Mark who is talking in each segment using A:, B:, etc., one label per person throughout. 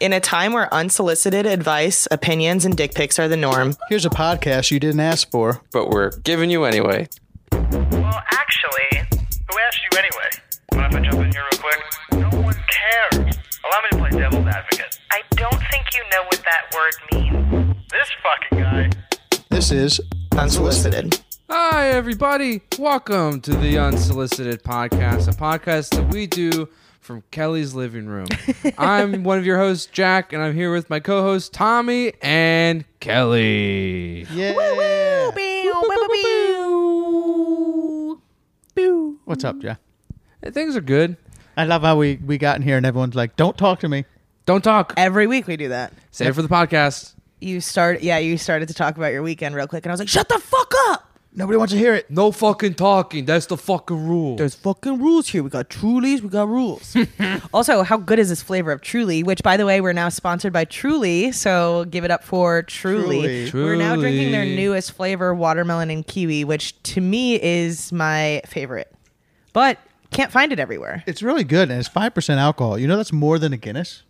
A: In a time where unsolicited advice, opinions, and dick pics are the norm,
B: Here's a podcast you didn't ask for.
C: but we're giving you anyway.
D: Well, actually, who asked you anyway? Mind if I jump in here real quick? No one cares. Allow me to play devil's advocate.
E: I don't think you know what that word means.
D: This fucking guy.
B: This is
A: unsolicited.
C: Hi, everybody. Welcome to the Unsolicited Podcast, a podcast that we do from Kelly's living room. I'm one of your hosts, Jack, and I'm here with my co host, Tommy and Kelly.
B: yeah. What's up, Jeff?
C: Things are good.
B: I love how we we got in here and everyone's like, "Don't talk to me."
C: Don't talk.
F: Every week we do that.
C: Save it for the podcast.
F: You start, yeah, you started to talk about your weekend real quick, and I was like, shut the fuck up.
B: Nobody wants to hear it.
C: No fucking talking. That's the fucking rule.
F: There's fucking rules here. We got Trulies, we got rules. also, how good is this flavor of Truly? Which, by the way, we're now sponsored by Truly, so give it up for Truly.
B: Truly.
F: We're now drinking their
C: Truly.
F: newest flavor, watermelon and kiwi, which to me is my favorite, but can't find it everywhere.
B: It's really good, and it's five percent alcohol. You know that's more than a Guinness.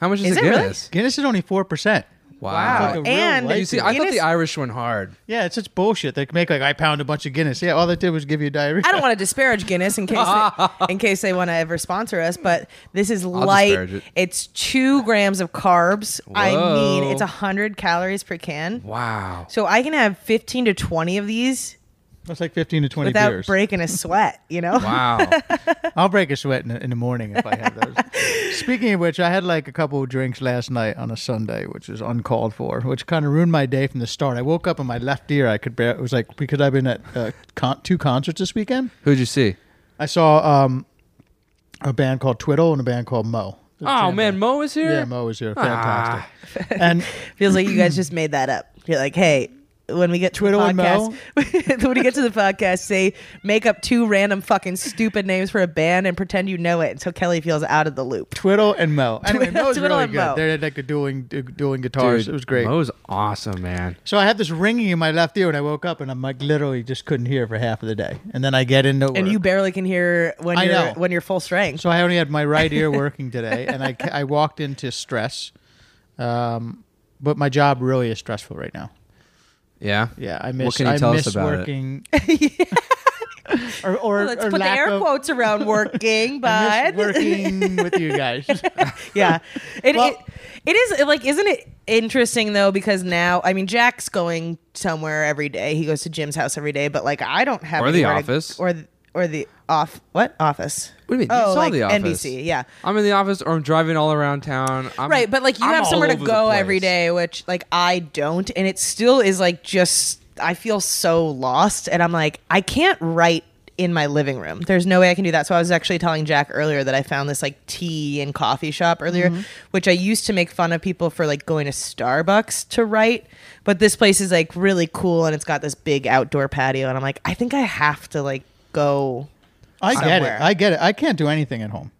C: How much is,
F: Is
C: it
F: it really?
C: Guinness?
B: Guinness is only four percent.
C: Wow.
B: Like a real
F: and
B: light
C: You see, I thought
F: Guinness-
C: the Irish went hard.
B: Yeah, it's just bullshit. They make like I pound a bunch of Guinness. Yeah, all they did was give you diarrhea.
F: I don't want to disparage Guinness in case they, in case they want to ever sponsor us, but this is light.
C: disparage it.
F: It's two grams of carbs. I mean,
C: Whoa.
F: it's hundred calories per can,
C: Wow.
F: so I can have fifteen to twenty of these
B: That's like fifteen to twenty
F: without
B: beers.
F: breaking a sweat. You know,
C: Wow.
B: I'll break a sweat in the, in the morning if I have those. Speaking of which, I had like a couple of drinks last night on a Sunday, which is uncalled for, which kind of ruined my day from the start. I woke up and my left ear, I could bear. It was like because I've been at uh, con- two concerts this weekend.
C: Who'd you see?
B: I saw um, a band called Twiddle and a band called Mo.
C: Oh, man. Mo is here?
B: Yeah, Mo was here. Fantastic. And
F: feels like you guys just made that up. You're like, hey. When we get to
B: Twiddle
F: the
B: and Mo?
F: podcast, when we get to the podcast, say make up two random fucking stupid names for a band and pretend you know it until Kelly feels out of the loop.
B: Twiddle and Mo. Anyway, Mo was
F: Twiddle
B: really
F: and
B: good.
F: Mo.
B: They had like a dueling, du- dueling guitars.
C: Dude,
B: it was great.
C: Mo's awesome, man.
B: So I had this ringing in my left ear, and I woke up, and I'm like literally just couldn't hear for half of the day. And then I get into work.
F: And you barely can hear when
B: I
F: you're
B: know.
F: when you're full strength.
B: so I only had my right ear working today, and I I walked into stress. Um, but my job really is stressful right now.
C: Yeah.
B: Yeah, I miss.
C: What can you
B: I
C: tell us
B: miss
C: about it?
B: working. or or,
F: Let's
B: or
F: put the
B: lack
F: air
B: of,
F: quotes around working,
B: I
F: but
B: miss working with you guys.
F: yeah, it,
B: Well-
F: it it is like isn't it interesting though because now I mean Jack's going somewhere every day. He goes to Jim's house every day, but like I don't have
C: Or the
F: anywhere to-
C: office.
F: or th- or the off what office?
C: What do you mean? You
F: Oh,
C: saw
F: like
C: The Office.
F: NBC, yeah.
C: I'm in the office or I'm driving all around town. I'm,
F: Right, but like you
C: I'm
F: have
C: all
F: somewhere to
C: over the
F: go
C: place.
F: every day, which like I don't, and it still is like just I feel so lost, and I'm like I can't write in my living room. There's no way I can do that. So I was actually telling Jack earlier that I found this like tea and coffee shop earlier,
C: Mm-hmm.
F: which I used to make fun of people for like going to Starbucks to write, but this place is like really cool and it's got this big outdoor patio, and I'm like I think I have to like go.
B: I get
F: Somewhere.
B: it. I get it. I can't do anything at home.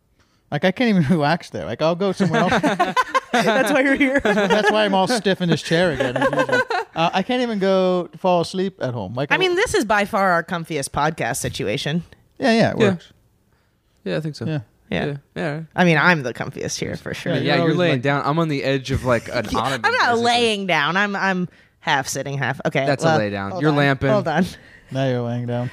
B: Like I can't even relax there. Like I'll go somewhere else.
F: That's why you're here.
B: That's why I'm all stiff in this chair again. as usual. Uh, I can't even go fall asleep at home. Like
F: I mean, this is by far our comfiest podcast situation.
B: yeah, yeah, it
C: Yeah.
B: works.
C: Yeah, I think so.
B: Yeah.
F: Yeah.
C: Yeah. Yeah.
F: I mean, I'm the comfiest here for sure.
B: Yeah,
C: Yeah,
B: You're
C: you're
B: always
C: laying
B: like-
C: down. I'm on the edge of like an ottoman.
F: I'm not
C: basically.
F: laying down. I'm I'm half sitting, half okay.
C: That's a
F: well,
C: lay down.
F: hold
C: You're
F: on.
C: lamping.
F: Hold on.
B: Now you're laying down.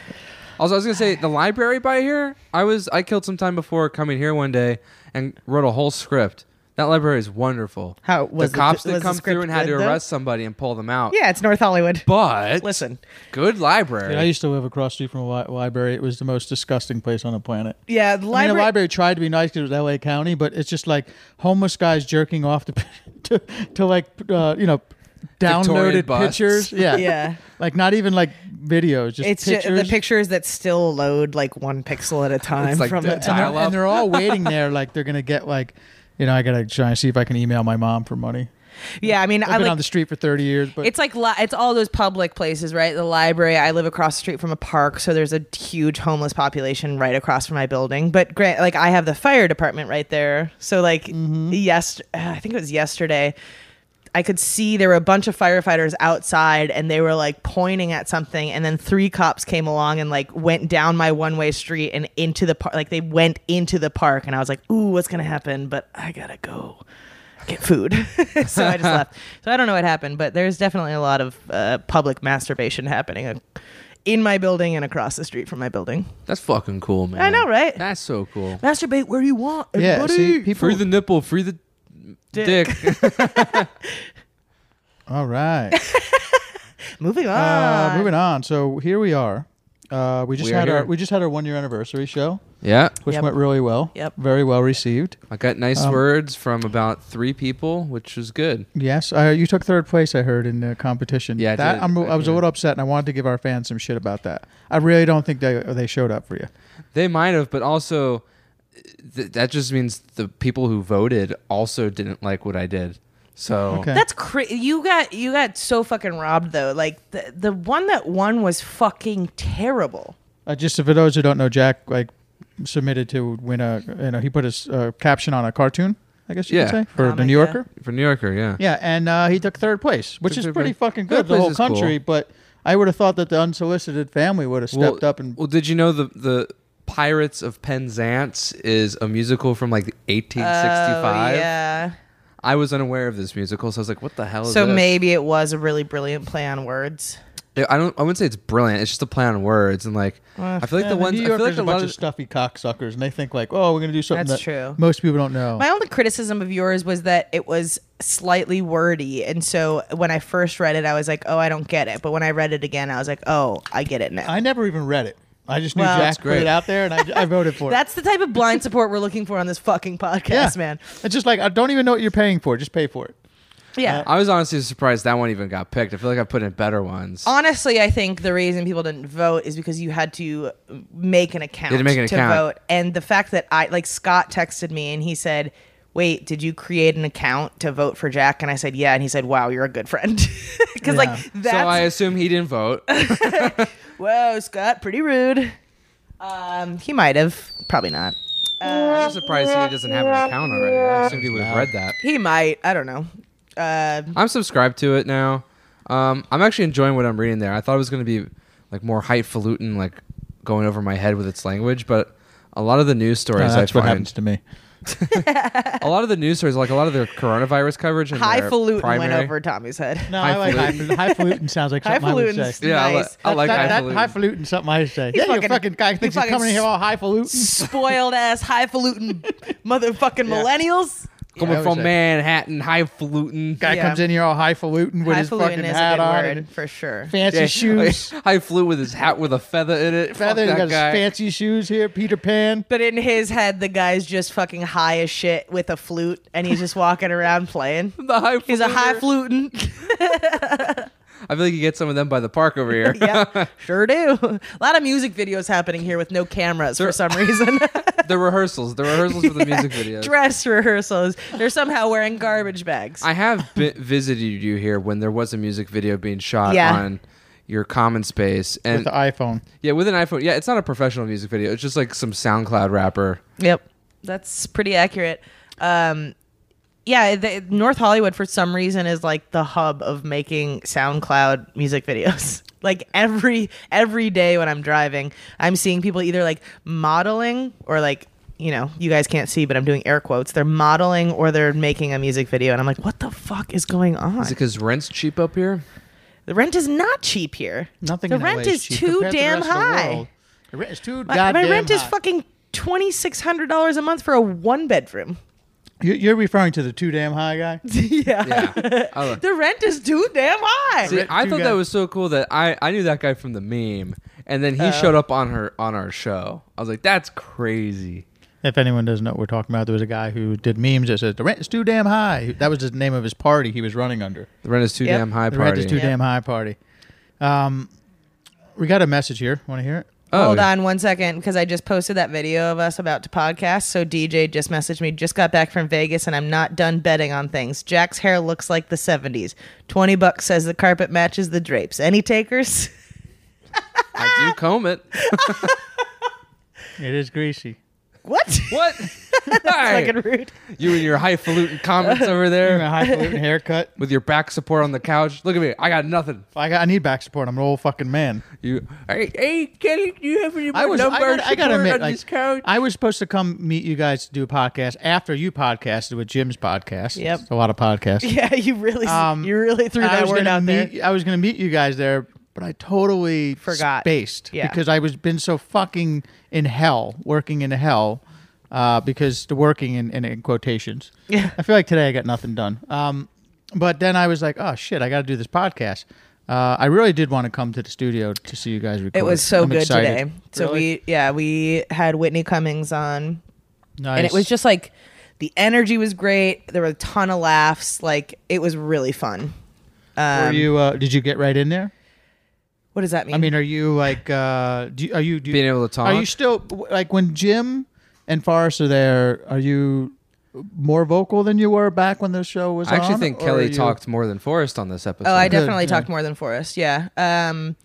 C: Also, I was gonna say the library by here. I was I killed some time before coming here one day and wrote a whole script. That library is wonderful.
F: How- was
C: the
F: the-
C: cops that
F: was the
C: come through
F: script
C: and had to
F: good, though?
C: arrest somebody and pull them out?
F: Yeah, it's North Hollywood.
C: but
F: Listen.
C: good library.
B: Dude, I used to live across the street from a li- library. It was the most disgusting place on the planet.
F: Yeah, the
B: I mean,
F: library.
B: the library tried to be nice because it was L.A. County, but it's just like homeless guys jerking off to, to, to like uh, you know,
C: Victorian
B: downloaded
C: busts.
B: pictures. Yeah,
F: Yeah.
B: Like not even like videos, just
F: It's ju-
B: pictures.
F: the pictures that still load like one pixel at a time
C: like
F: from the
C: that.
B: and,
F: time.
B: they're,
C: dial-up.
B: and they're all waiting there, like they're gonna get like, you know, I gotta try and see if I can email my mom for money.
F: Yeah, I mean,
B: I've
F: I
B: been
F: like
B: on the street for thirty years, but
F: It's like li- it's all those public places, right? The library. I live across the street from a park, so there's a huge homeless population right across from my building. But grant, like I have the fire department right there, so like yes, I think it was yesterday. I could see there were a bunch of firefighters outside and they were like pointing at something and then three cops came along and like went down my one-way street and into the park like they went into the park and I was like, "Ooh, what's going to happen?" but I got to go. get food. so I just left. So I don't know what happened, but there's definitely a lot of uh, public masturbation happening uh, in my building and across the street from my building.
C: That's fucking cool, man.
F: I know, right?
C: That's so cool.
F: Masturbate where you want.
B: Yeah,
F: everybody.
B: see, people.
C: Free the nipple, free the dick.
B: All right.
F: Moving on.
B: Uh, moving on. So here we are. Uh, we just
C: We are
B: had our
C: here.
B: we just had our one year anniversary show,
C: yeah.
B: which
F: Yep.
B: went really well.
F: Yep.
B: Very well received.
C: I got nice words from about three people, which was good.
B: Yes. Uh, you took third place, I heard, in the competition.
C: Yeah, I
B: That
C: did.
B: I'm,
C: I
B: I was a
C: did.
B: little upset, and I wanted to give our fans some shit about that. I really don't think they they showed up for you.
C: They might have, but also th- that just means the people who voted also didn't like what I did. So
B: Okay.
F: That's crazy. You got you got so fucking robbed though. Like the the one that won was fucking terrible.
B: Uh, just for those who don't know, Jack like submitted to win a you know he put his uh, caption on a cartoon. I guess you
C: Yeah.
B: could say for
F: Oh
B: the
F: my
B: New
F: God.
B: Yorker.
C: for New Yorker, yeah.
B: Yeah, and uh, he took third place, which
C: Took
B: is
C: third
B: pretty
C: place.
B: fucking
C: Third
B: good. The
C: place
B: whole
C: is cool.
B: country, but I would have thought that the unsolicited family would have stepped up and
C: well, did you know the the Pirates of Penzance is a musical from like 1865?
F: Oh, yeah.
C: I was unaware of this musical, so I was like, "What the hell?" is
F: So
C: this?
F: maybe it was a really brilliant play on words.
C: Yeah, I don't. I wouldn't say it's brilliant. It's just a play on words, and like I feel like
B: Yeah,
C: the ones.
B: New
C: I feel
B: Yorkers
C: like
B: are
C: a
B: a bunch
C: lot
B: of
C: of.
B: stuffy cocksuckers, and they think like, "Oh, we're gonna do something
F: That's
B: that
F: true.
B: most people don't know."
F: My only criticism of yours was that it was slightly wordy, and so when I first read it, I was like, "Oh, I don't get it." But when I read it again, I was like, "Oh, I get it now."
B: I never even read it. I just knew
F: Well- That's
B: Jack put
C: great.
B: it out there, and I, I voted for it.
F: That's the type of blind support we're looking for on this fucking podcast,
B: yeah,
F: man.
B: It's just like I don't even know what you're paying for. Just pay for it.
F: Yeah.
C: I was honestly surprised that one even got picked. I feel like I put in better ones.
B: Oh,
F: Honestly, I think the reason people didn't vote is because you had to make an account
C: You had to make an account.
F: vote. And the fact that I like Scott texted me and he said, "Wait, did you create an account to vote for Jack?" And I said, "Yeah." And he said, "Wow, you're a good friend." Cuz
B: Yeah.
F: like that's
C: so I assume he didn't vote.
F: Whoa, Scott, pretty rude. Um, he might have, probably not.
C: I'm just surprised he doesn't have an account already. I assumed he would have read that.
F: He might. I don't know. Uh,
C: I'm subscribed to it now. Um, I'm actually enjoying what I'm reading there. I thought it was going to be like more highfalutin, like going over my head with its language, but a lot of the news stories I
B: that's what happens
C: find,
B: to me.
C: a lot of the news stories, like a lot of their coronavirus coverage, and their
F: highfalutin went
C: primary-
F: over Tommy's head.
B: No, I like highfalutin.
C: Highfalutin.
B: highfalutin sounds like something I would
F: Highfalutin's
B: say.
C: Yeah, I li-
F: nice.
C: I like
B: that,
C: highfalutin.
B: That highfalutin, something I say. yeah, you
F: fucking-
B: fucking guy
F: you
B: thinks he's
F: fucking
B: coming in here all highfalutin.
F: spoiled ass highfalutin motherfucking millennials.
C: coming
B: I always
C: from
B: say-
C: Manhattan, highfalutin.
B: Guy
F: Yeah.
B: comes in here all highfalutin with his
F: highfalutin
B: fucking
F: is
B: hat
F: a good
B: on,
F: word
B: and
F: for sure.
B: fancy shoes.
C: High flew with his hat with a feather in it. Fuck
B: Feather, he
C: that
B: got his
C: guy.
B: fancy shoes here. Peter Pan.
F: But in his head, the guy's just fucking high as shit with a flute, and he's just walking around playing.
C: The high
F: He's a high
C: fluter.
F: flutin.
C: I feel like you get some of them by the park over here.
F: yeah, sure do. A lot of music videos happening here with no cameras for some reason.
C: the rehearsals, the rehearsals for the music videos.
F: Dress rehearsals. They're somehow wearing garbage bags.
C: I have bi- visited you here when there was a music video being shot
F: Yeah.
C: on your common space, and
B: With the iPhone.
C: yeah, with an iPhone. Yeah, it's not a professional music video. It's just like some SoundCloud rapper.
F: Yep, that's pretty accurate. Um, yeah, the, North Hollywood for some reason is like the hub of making SoundCloud music videos. like every every day when I'm driving, I'm seeing people either like modeling or like you know you guys can't see, but I'm doing air quotes. They're modeling or they're making a music video, and I'm like, what the fuck is going on?
C: Is it because rent's cheap up here?
F: the rent is not cheap here.
B: Nothing.
F: The
B: in
F: rent
B: LA
F: is
B: cheap
F: too
B: compared to the
F: damn
B: rest of the
F: high.
B: world. The rent is too
F: My, my
B: goddamn
F: rent is
B: high.
F: fucking twenty six hundred dollars a month for a one bedroom.
B: You- You're referring to the too damn high guy.
C: Yeah. I love-
F: The rent is too damn high.
C: See, I
B: two
C: thought
B: guys.
C: that was so cool that I, I knew that guy from the meme, and then he
B: Uh-huh.
C: showed up on her on our show. I was like, that's crazy.
B: If anyone doesn't know what we're talking about, there was a guy who did memes that said the rent is too damn high. That was the name of his party he was running under.
C: The rent is too
F: Yep.
C: damn high.
B: The rent
C: party.
B: is too damn high party. Um, we got a message here. Want to hear it?
C: Oh,
F: Hold on one second because I just posted that video of us about to podcast. So DJ just messaged me, just got back from Vegas, and I'm not done betting on things. Jack's hair looks like the 70s. 20 bucks says the carpet matches the drapes. Any takers?
C: I do comb it.
B: It is greasy.
F: What?
C: What? Hey!
F: Fucking rude.
C: you and your highfalutin comments over
B: Give me a
C: there
B: highfalutin haircut.
C: with your back support on the couch. Look at me. I got nothing.
B: I got. I need back support. I'm an old fucking man.
C: You, hey, hey, Kelly, do you have any more
B: I was. I
C: number
B: gotta, I gotta
C: support
B: admit,
C: on
B: like,
C: this couch?
B: I was supposed to come meet you guys to do a podcast after you podcasted with Jim's podcast.
F: Yep.
B: It's a lot of podcasts.
F: Yeah, you really,
B: Um,
F: you really threw
B: And I
F: that
B: was
F: word
B: gonna
F: out there.
B: meet- I was going to meet you guys there, but I totally
F: Forgot.
B: spaced
F: Yeah.
B: because I was been so fucking in hell, working in hell, uh, because the working in, in, in quotations.
F: Yeah.
B: I feel like today I got nothing done. Um, but then I was like, oh shit, I got to do this podcast. Uh, I really did want to come to the studio to see you guys record.
F: It was so
B: I'm
F: good
B: excited.
F: today. So
B: Really?
F: we, yeah, we had Whitney Cummings on,
B: nice.
F: and it was just like the energy was great. There were a ton of laughs. Like it was really fun.
B: Were
C: Um,
B: you? Uh, did you get right in there?
F: What does that mean?
B: I mean, are you like? Uh, do you, are you do you-
C: Being able to
B: Are you
C: talk?
B: still like when Jim and Forrest are there? Are you more vocal than you were back when the show was?
C: I actually
B: on,
C: think
B: or are
C: Kelly
B: you-
C: talked more than Forrest on this episode.
F: Oh, I
B: Good,
F: definitely
B: yeah.
F: talked more than Forrest. Yeah. Um,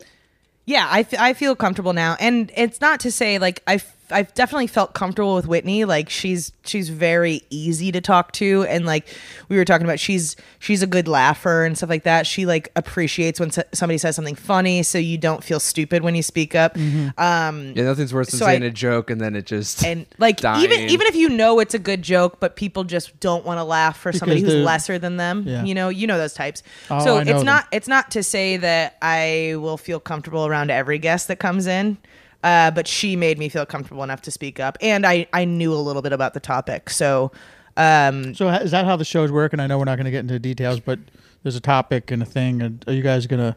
F: yeah, I, f- I feel comfortable now. And it's not to say like I f- I've definitely felt comfortable with Whitney. Like she's she's very easy to talk to and like we were talking about she's she's a good laugher and stuff like that. She like appreciates when s- somebody says something funny so you don't feel stupid when you speak up. Um
C: Yeah, nothing's worse than
F: So I-
C: saying a joke and then it just
F: and like
C: dying.
F: even even if you know it's a good joke but people just don't want to laugh for somebody
B: Because
F: who's
B: they're-
F: lesser than them
B: Yeah.
F: you know you know those types
B: Oh,
F: so
B: I
F: it's
B: know them.
F: not it's not to say that i will feel comfortable around every guest that comes in uh, but she made me feel comfortable enough to speak up and i i knew a little bit about the topic so um
B: So ha- is that how the show's working? I know we're not going to get into details, but there's a topic and a thing. And are you guys going to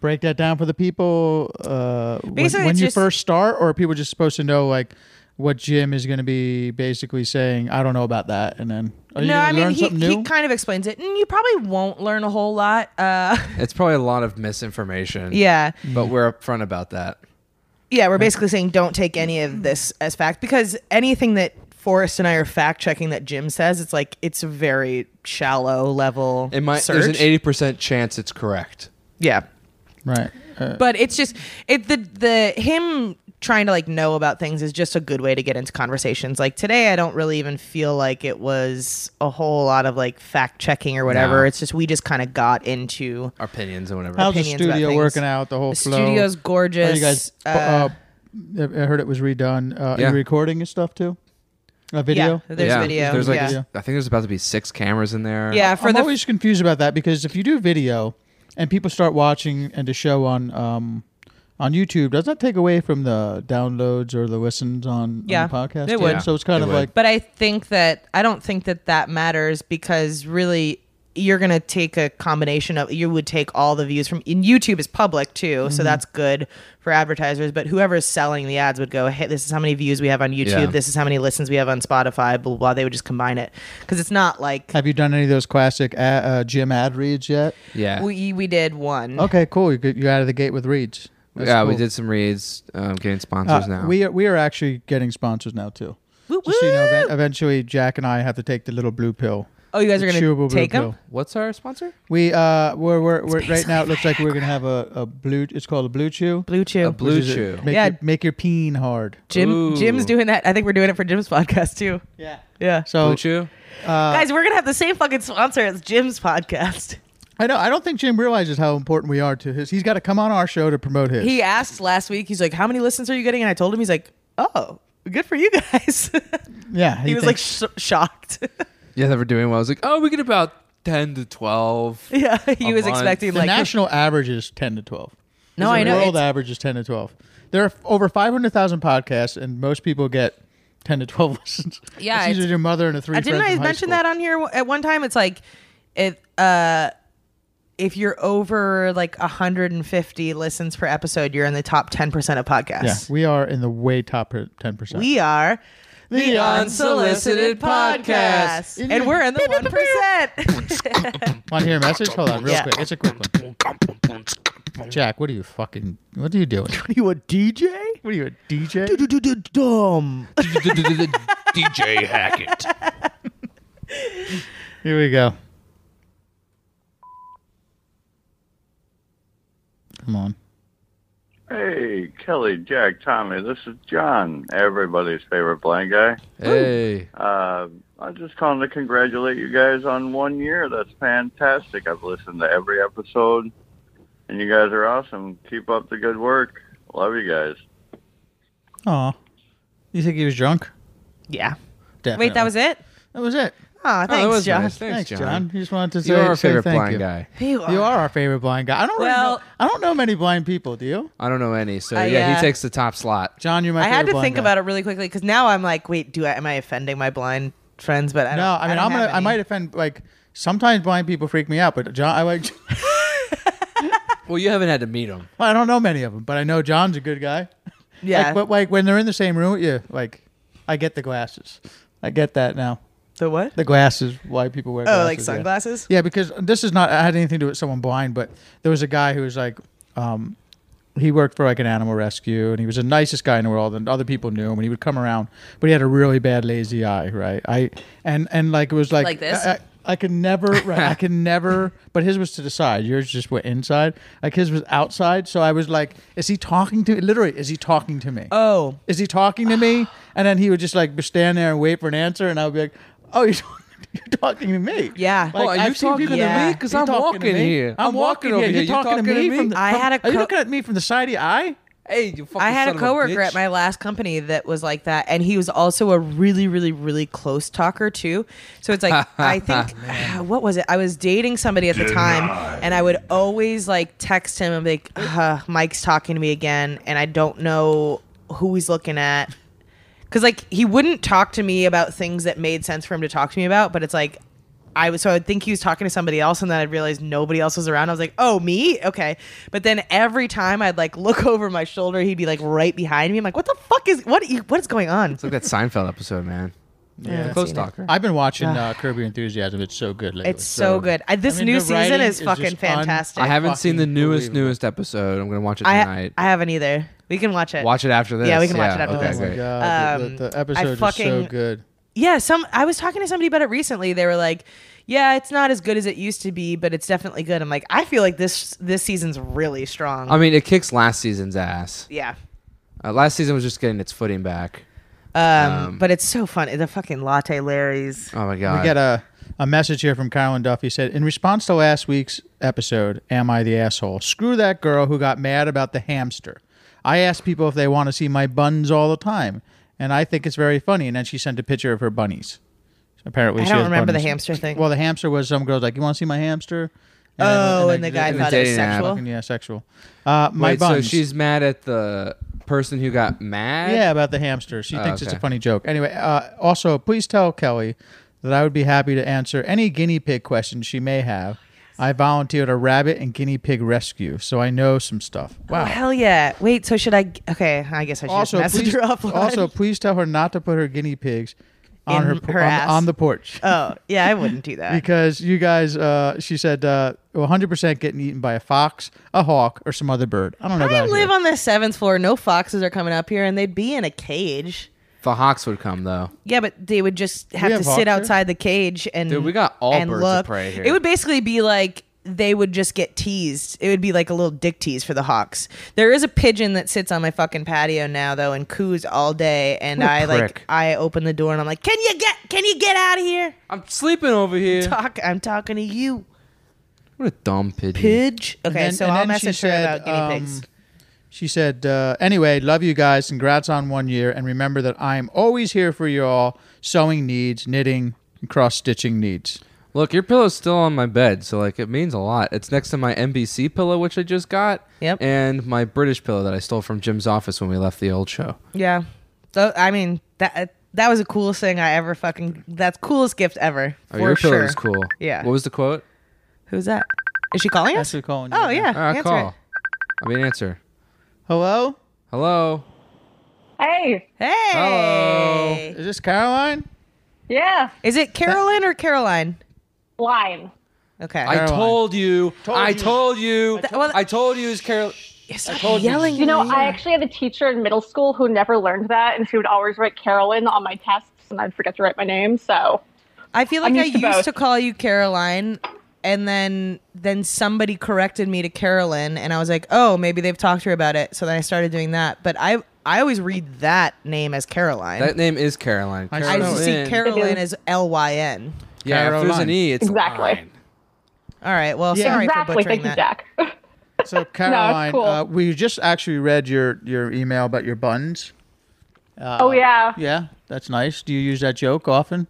B: break that down for the people uh, when,
F: Basically,
B: when
F: it's
B: you
F: just-
B: first start, or are people just supposed to know like? What Jim is going to be basically saying, I don't know about that, and then are you
F: no,
B: going to
F: I mean
B: learn
F: he,
B: something new?
F: he kind of explains it, and you probably won't learn a whole lot. Uh,
C: it's probably a lot of misinformation.
F: yeah,
C: But we're upfront about that.
F: Yeah, we're basically saying don't take any of this as fact because anything that Forrest and I are fact checking that Jim says, it's like it's a very shallow level.
C: It might
F: search.
C: there's an eighty percent chance it's correct.
F: yeah,
B: right. Uh,
F: but it's just it the the him trying to like know about things is just a good way to get into conversations. Like today, I don't really even feel like it was a whole lot of like fact checking or whatever.
C: No.
F: It's just we just kind of got into
C: Our opinions and whatever.
B: How's the
F: opinions about
B: studio
F: things.
B: working out? The whole
F: the
B: flow.
F: studio's gorgeous.
B: Are you guys? Uh,
F: Uh,
B: I heard it was redone. Uh,
C: Yeah.
B: Are you recording and stuff too? A video.
F: Yeah, there's
C: yeah.
F: video.
C: There's like
F: yeah.
B: Video.
C: I think there's about to be six cameras in there.
F: yeah, for
B: I'm
F: the
B: always confused about that because if you do video and people start watching and the show on um, on YouTube, doesn't that take away from the downloads or the listens on,
F: Yeah,
B: on the podcast?
F: it would.
B: Yeah, So it's kind
C: It
B: of
C: would.
B: like
F: But I think that I don't think that that matters because really you're going to take a combination of you would take all the views from and YouTube is public too, so
B: Mm-hmm.
F: that's good for advertisers, but whoever is selling the ads would go, "Hey, this is how many views we have on YouTube,
C: Yeah.
F: this is how many listens we have on Spotify, blah blah." blah. They would just combine it cuz it's not like
B: have you done any of those classic a uh, Jim ad reads yet?
C: Yeah. We,
F: we we did one.
B: Okay, cool. You you out of the gate with reads. That's
C: yeah, we
B: cool.
C: did some reads, um, getting
B: Uh,
C: sponsors now.
B: We are, we are actually getting sponsors now too.
F: Woo,
B: Just so you know,
F: woo!
B: ev- eventually Jack and I have to take the little blue pill.
F: oh, you guys
B: The
F: are going
B: chewable
F: to take
B: blue
F: them?
B: pill.
C: What's our sponsor?
B: We uh, we're, we're, we're right now. It looks like we're gonna have a, a blue. It's called a blue chew.
F: Blue Chew.
C: A Uh, blue
B: Which is a-
C: chew.
B: Make
F: Yeah.
B: your, make your peen hard.
F: Jim
C: Ooh.
F: Jim's doing that. I think we're doing it for Jim's podcast too.
B: Yeah. Uh,
F: Yeah.
C: Blue
B: So
C: chew?
F: guys, we're going to have the same fucking sponsor as Jim's podcast.
B: I know I don't think Jim realizes how important we are to his. He's got to come on our show to promote his.
F: he asked last week. He's like, "How many listens are you getting?" And I told him, he's like, "Oh, good for you guys."
B: yeah.
F: he, was
B: thinks-
F: like sh- shocked.
C: Yeah, they were doing well. I was like, oh, we get about ten to twelve.
F: yeah, he
C: A
F: was
C: month.
F: expecting
B: the
F: like
B: national average is ten to twelve.
F: No,
B: The
F: I know.
B: World
F: It's-
B: average is ten to twelve. There are f- over five hundred thousand podcasts, and most people get ten to twelve listens.
F: Yeah,
B: It's
F: it's-
B: usually your mother and a three.
F: I didn't I mention that on here at one time? It's like it uh if you're over like 150 listens per episode, you're in the top 10% of
B: Yeah,
F: podcasts.
B: we are in the way top ten percent.
F: We are
B: The
C: Unsolicited Podcast.
F: And we're in the 1%.
B: Want to hear a message? Hold on, real
F: Yeah.
B: quick. It's a quick one. Jack, what are you fucking? What are you doing? What are you a DJ? What are you a DJ?
F: Dumb.
D: DJ Hackett.
B: Here we go. Come on.
G: Hey, Kelly, Jack, Tommy, this is John, everybody's favorite blind guy.
C: Hey. Oh,
G: Uh, I'm just calling to congratulate you guys on one year. That's fantastic. I've listened to every episode, and you guys are awesome. Keep up the good work. Love you guys.
B: Aw. You think he was drunk?
F: Yeah.
B: Definitely.
F: Wait, that was it?
B: That was it.
F: Oh,
C: Oh, that
F: thanks,
C: was
F: Josh.
C: nice. Thanks, John.
B: You just wanted to say,
C: You're our
B: say
C: favorite
B: thank
C: blind
B: you.
C: guy.
F: You
B: You are our favorite blind guy. I don't
F: Well-
B: really know, I don't know many blind people, do you?
C: I don't know any, so
F: Uh,
C: yeah,
F: yeah.
C: he takes the top slot.
B: John, you're my
F: I
B: favorite
F: had to
B: blind
F: think
B: guy.
F: about it really quickly because now I'm like, wait, do I am I offending my blind friends? But I don't,
B: No, I mean
F: don't
B: I am
F: have
B: gonna I
F: any.
B: might offend like sometimes blind people freak me out, but John I like
C: Well, you haven't had to meet him.
B: I don't know many of them, but I know John's a good guy.
F: Yeah,
B: Like, but like when they're in the same room with you, like I get the glasses. I get that now.
F: the what?
B: The glasses, why people wear
F: Oh,
B: glasses.
F: like
B: yeah.
F: sunglasses?
B: Yeah, because this is not I had anything to do with someone blind, but there was a guy who was like, um, he worked for like an animal rescue, and he was the nicest guy in the world, and other people knew him, and he would come around, but he had a really bad lazy eye, right? I and and like it was like
F: Like this?
B: I, I, I could never, right, I could never. But his was to the side. Yours just went inside. Like his was outside. So I was like, "Is he talking to? Literally, is he talking to me?
F: Oh,
B: is he talking to me? And then he would just like stand there and wait for an answer, and I would be like, oh, you're talking, you're talking to me.
F: Yeah.
B: Like,
C: Oh, are you
B: I've seen
C: talking
B: people-
F: to Yeah. me?
B: You're
C: 'Cause I'm
B: talking to
C: walking
B: me?
C: here.
B: I'm,
C: I'm
B: walking
C: walking over
B: here.
C: here.
B: You're
C: You
B: talking,
C: talking
B: to
C: to
B: me?
C: me?
B: From the,
F: I
B: from-
F: had a
B: Are you
F: co-
B: looking at me from the side of the eye?
C: Hey, you fucking
F: I had a
C: son of
F: coworker
C: bitch.
F: at my last company that was like that, and he was also a really, really, really close talker too. So it's like I think what was it? I was dating somebody at the time, and I would always like text him and be like, uh, "Mike's talking to me again," and I don't know who he's looking at because like he wouldn't talk to me about things that made sense for him to talk to me about, but it's like. I was so I would think he was talking to somebody else, and then I'd realize nobody else was around. I was like, "Oh, me? Okay." But then every time I'd like look over my shoulder, he'd be like right behind me. I'm like, "What the fuck is what? What is going on?"
C: It's like that Seinfeld episode, man.
B: Yeah.
C: Close talker.
B: I've been watching uh, Curb Your Enthusiasm. It's so good lately.
F: It's so good. I, this
B: I mean,
F: new
B: the
F: season
B: writing
F: is
B: is
F: fucking
B: just Oh un-
F: fantastic.
C: I haven't seen the
B: fucking
C: newest,
B: believable.
C: newest episode. I'm gonna watch it
F: I,
C: tonight.
F: I haven't either. We can watch it.
C: watch it after this.
F: Yeah, we can watch it after
C: okay,
F: this.
B: Oh my
C: great.
B: god, the-
F: Um,
B: the, the
F: I
B: episode is
F: fucking-
B: so good.
F: Yeah, some I was talking to somebody about it recently. They were like, "Yeah, it's not as good as it used to be, but it's definitely good." I'm like, I feel like this this season's really strong.
C: I mean, it kicks last season's ass.
F: yeah.
C: Uh, last season was just getting its footing back.
F: Um, but it's so fun. The fucking latte Larry's.
C: Oh my god.
B: We get a, a message here from Kylan Duffy said, In response to last week's episode, Am I the Asshole? Screw that girl who got mad about the hamster. I ask people if they want to see my buns all the time, and I think it's very funny. And then she sent a picture of her bunnies. Apparently,
F: I
B: she
F: don't
B: has
F: remember the
B: bunnies.
F: hamster thing.
B: Well, the hamster was some girl's like, You want to see my hamster? And
F: Oh, and
B: then-
F: the guy
B: then-
F: thought it was
C: dating app.
F: sexual.
B: fucking, yeah, sexual. Uh, my
C: Wait,
B: buns.
C: So she's mad at the person who got mad.
B: Yeah, about the hamster. She
F: Oh,
B: thinks it's
C: okay.
B: a funny joke. Anyway, uh, also, please tell Kelly that I would be happy to answer any guinea pig questions she may
F: Oh,
B: have. I volunteered a rabbit and guinea pig rescue, so I know some stuff.
F: Oh,
B: Wow.
F: hell yeah. Wait, so should I? Okay, I guess I should
B: also,
F: just message
B: please,
F: her offline.
B: also, please tell her not to put her guinea pigs on
F: In
B: her, po-
F: her
B: on,
F: ass.
B: on the porch.
F: oh, yeah, I wouldn't do that.
B: because you guys, uh, she said, uh, 100% getting eaten by a fox, a hawk, or some other bird. I don't know
F: I
B: about
F: live
B: here.
F: on the seventh floor. No foxes are coming up here, and they'd be in a cage.
C: The hawks would come though.
F: Yeah, but they would just have,
B: have
F: to
B: hawks
F: sit
B: here.
F: outside the cage and
C: Dude, we got all
F: and
C: birds of
F: look.
C: prey here.
F: It would basically be like they would just get teased. It would be like a little dick tease for the hawks. There is a pigeon that sits on my fucking patio now though and coos all day and
C: What a
F: I
C: prick.
F: like I open the door and I'm like, "Can you get can you get out of here?
C: I'm sleeping over here.
F: Talk, I'm talking to you."
C: What a dumb pigeon.
F: Pidge. Okay,
B: then-
F: so
B: and
F: I'll
B: then she
F: message her
B: said,
F: about guinea
B: um,
F: pigs.
B: She said, uh, anyway, love you guys. Congrats on one year. And remember that I am always here for you all sewing needs, knitting, and cross stitching needs.
C: Look, your pillow's still on my bed, so like it means a lot. It's next to my NBC pillow, which I just got.
F: Yep.
C: And my British pillow that I stole from Jim's office when we left the old show. Oh,
F: Yeah. So I mean, that that was the coolest thing I ever fucking that's coolest gift ever.
C: Oh,
F: For
C: your pillow
F: sure.
C: is cool.
F: Yeah.
C: What was the quote?
F: Who's that? Is she calling us?
B: That's who calling you.
F: Oh yeah,
C: Uh,
F: answer
C: call.
F: it.
C: I mean, answer.
B: Hello?
C: Hello.
H: Hey,
F: Hey,
C: Hello.
B: Is this Caroline?
H: yeah,
F: is it Carolyn or Caroline?
H: line.
F: Okay,
C: I
B: Caroline.
C: told you. I told you.
F: well-
C: I told you. Is Carol?
F: Stop yelling.
H: You know, I actually had a teacher in middle school who never learned that, and she would always write Carolyn on my tests, and I'd forget to write my name. So
F: I feel like
H: I'm
F: I
H: used to
F: used
H: both.
F: to call you Caroline and then then somebody corrected me to Carolyn, and I was like, oh, maybe they've talked to her about it. So then I started doing that. But I I always read that name as Caroline.
C: That name is Caroline.
B: I
F: I just see
C: Carolyn.
F: Caroline as L Y N.
C: Yeah, if there's an
B: Caroline.
C: E, it's
H: Exactly.
C: Line.
F: All right. Well, sorry for
H: exactly.
F: butchering
H: Thank you,
F: that. Uh,
H: Jack.
B: So Caroline,
H: cool.
B: uh, we just actually read your your email about your buns.
H: oh yeah.
B: Yeah, that's nice. Do you use that joke often?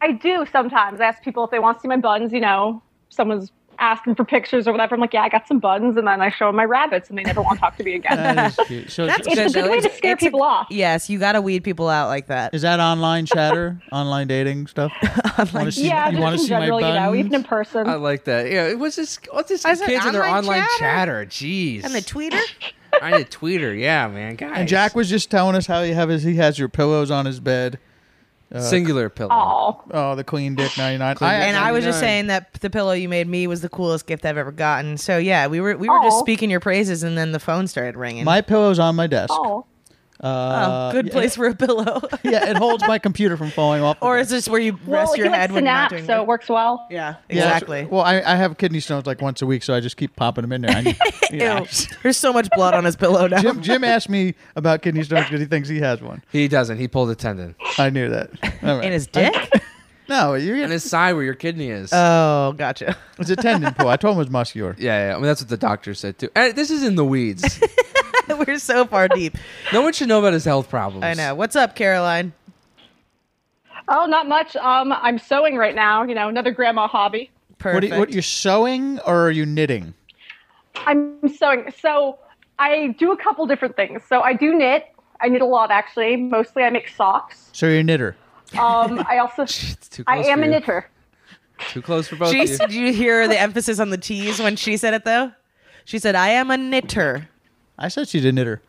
H: I do sometimes ask people if they want to see my buns. You know, someone's asking for pictures or whatever. I'm like, yeah, I got some buns, and then I show them my rabbits, and they never want to talk to me again.
B: That is cute. So
F: That's
B: is,
H: it's a
F: good,
H: good
F: though.
H: way
F: It's-
H: to scare
F: it's a-
H: people off.
F: Yes, you got to weed people out like that.
B: is that online chatter, online dating stuff? online see,
H: yeah,
B: you
H: just
B: wanna
H: in
B: see my
H: general, you know,
B: buns?
H: even in person.
F: Uh,
C: I like that. Yeah, it was just all this
F: I said
C: kids and their
F: online
C: online chatter.
F: chatter.
C: Jeez,
F: And the tweeter?
C: I need a tweeter. Yeah, man, guys.
B: And Jack was just telling us how he have his, he has your pillows on his bed.
C: singular pillow.
H: Aw.
B: Oh, the Queen Dick ninety nine.
F: And I was just
C: 99.
F: saying that the pillow you made me was the coolest gift I've ever gotten. So yeah, we were we were just
H: Aw.
F: speaking your praises, and then the phone started ringing.
B: my pillow's on my desk.
H: Oh,
B: Uh,
F: oh, good
B: yeah,
F: place for a pillow,
B: Yeah, it holds my computer from falling off. the
F: or
B: desk.
F: is this where you
H: well,
F: rest
H: he
F: your
H: likes
F: head
H: to
F: when you're not
H: nap,
F: doing
H: so it
F: work?
H: works well.
F: Yeah,
B: Yeah,
F: exactly.
B: Well, I, I have kidney stones like once a week, so I just keep popping them in there. I need- yeah.
F: Ew. There's so much blood on his pillow now.
B: Jim, Jim asked me about kidney stones because he thinks he has one.
C: He doesn't. He pulled a tendon
B: I knew that. All right.
F: in his dick.
B: no, you
C: and his side where your kidney is.
F: oh, gotcha.
B: it's a tendon pull. I told him it was muscular.
C: yeah, yeah. I mean, that's what the doctor said too. And this is in the weeds.
F: we're so far deep.
C: no one should know about his health problems.
F: I know. What's up, Caroline?
H: Oh, not much. Um, I'm sewing right now. You know, another grandma hobby.
B: What,
F: Perfect.
B: do you, what you're sewing or are you knitting?
H: I'm sewing. So I do a couple different things. So I do knit. I knit a lot, actually. Mostly, I make socks.
B: So you're a knitter.
H: Um, I also,
C: It's too
H: I
C: close.
H: am
C: for
H: a
C: you.
H: knitter.
C: Too close for both
F: She,
C: of you.
F: did you hear the emphasis on the T's when she said it though? She said, "I am a knitter."
B: I said she's a knitter.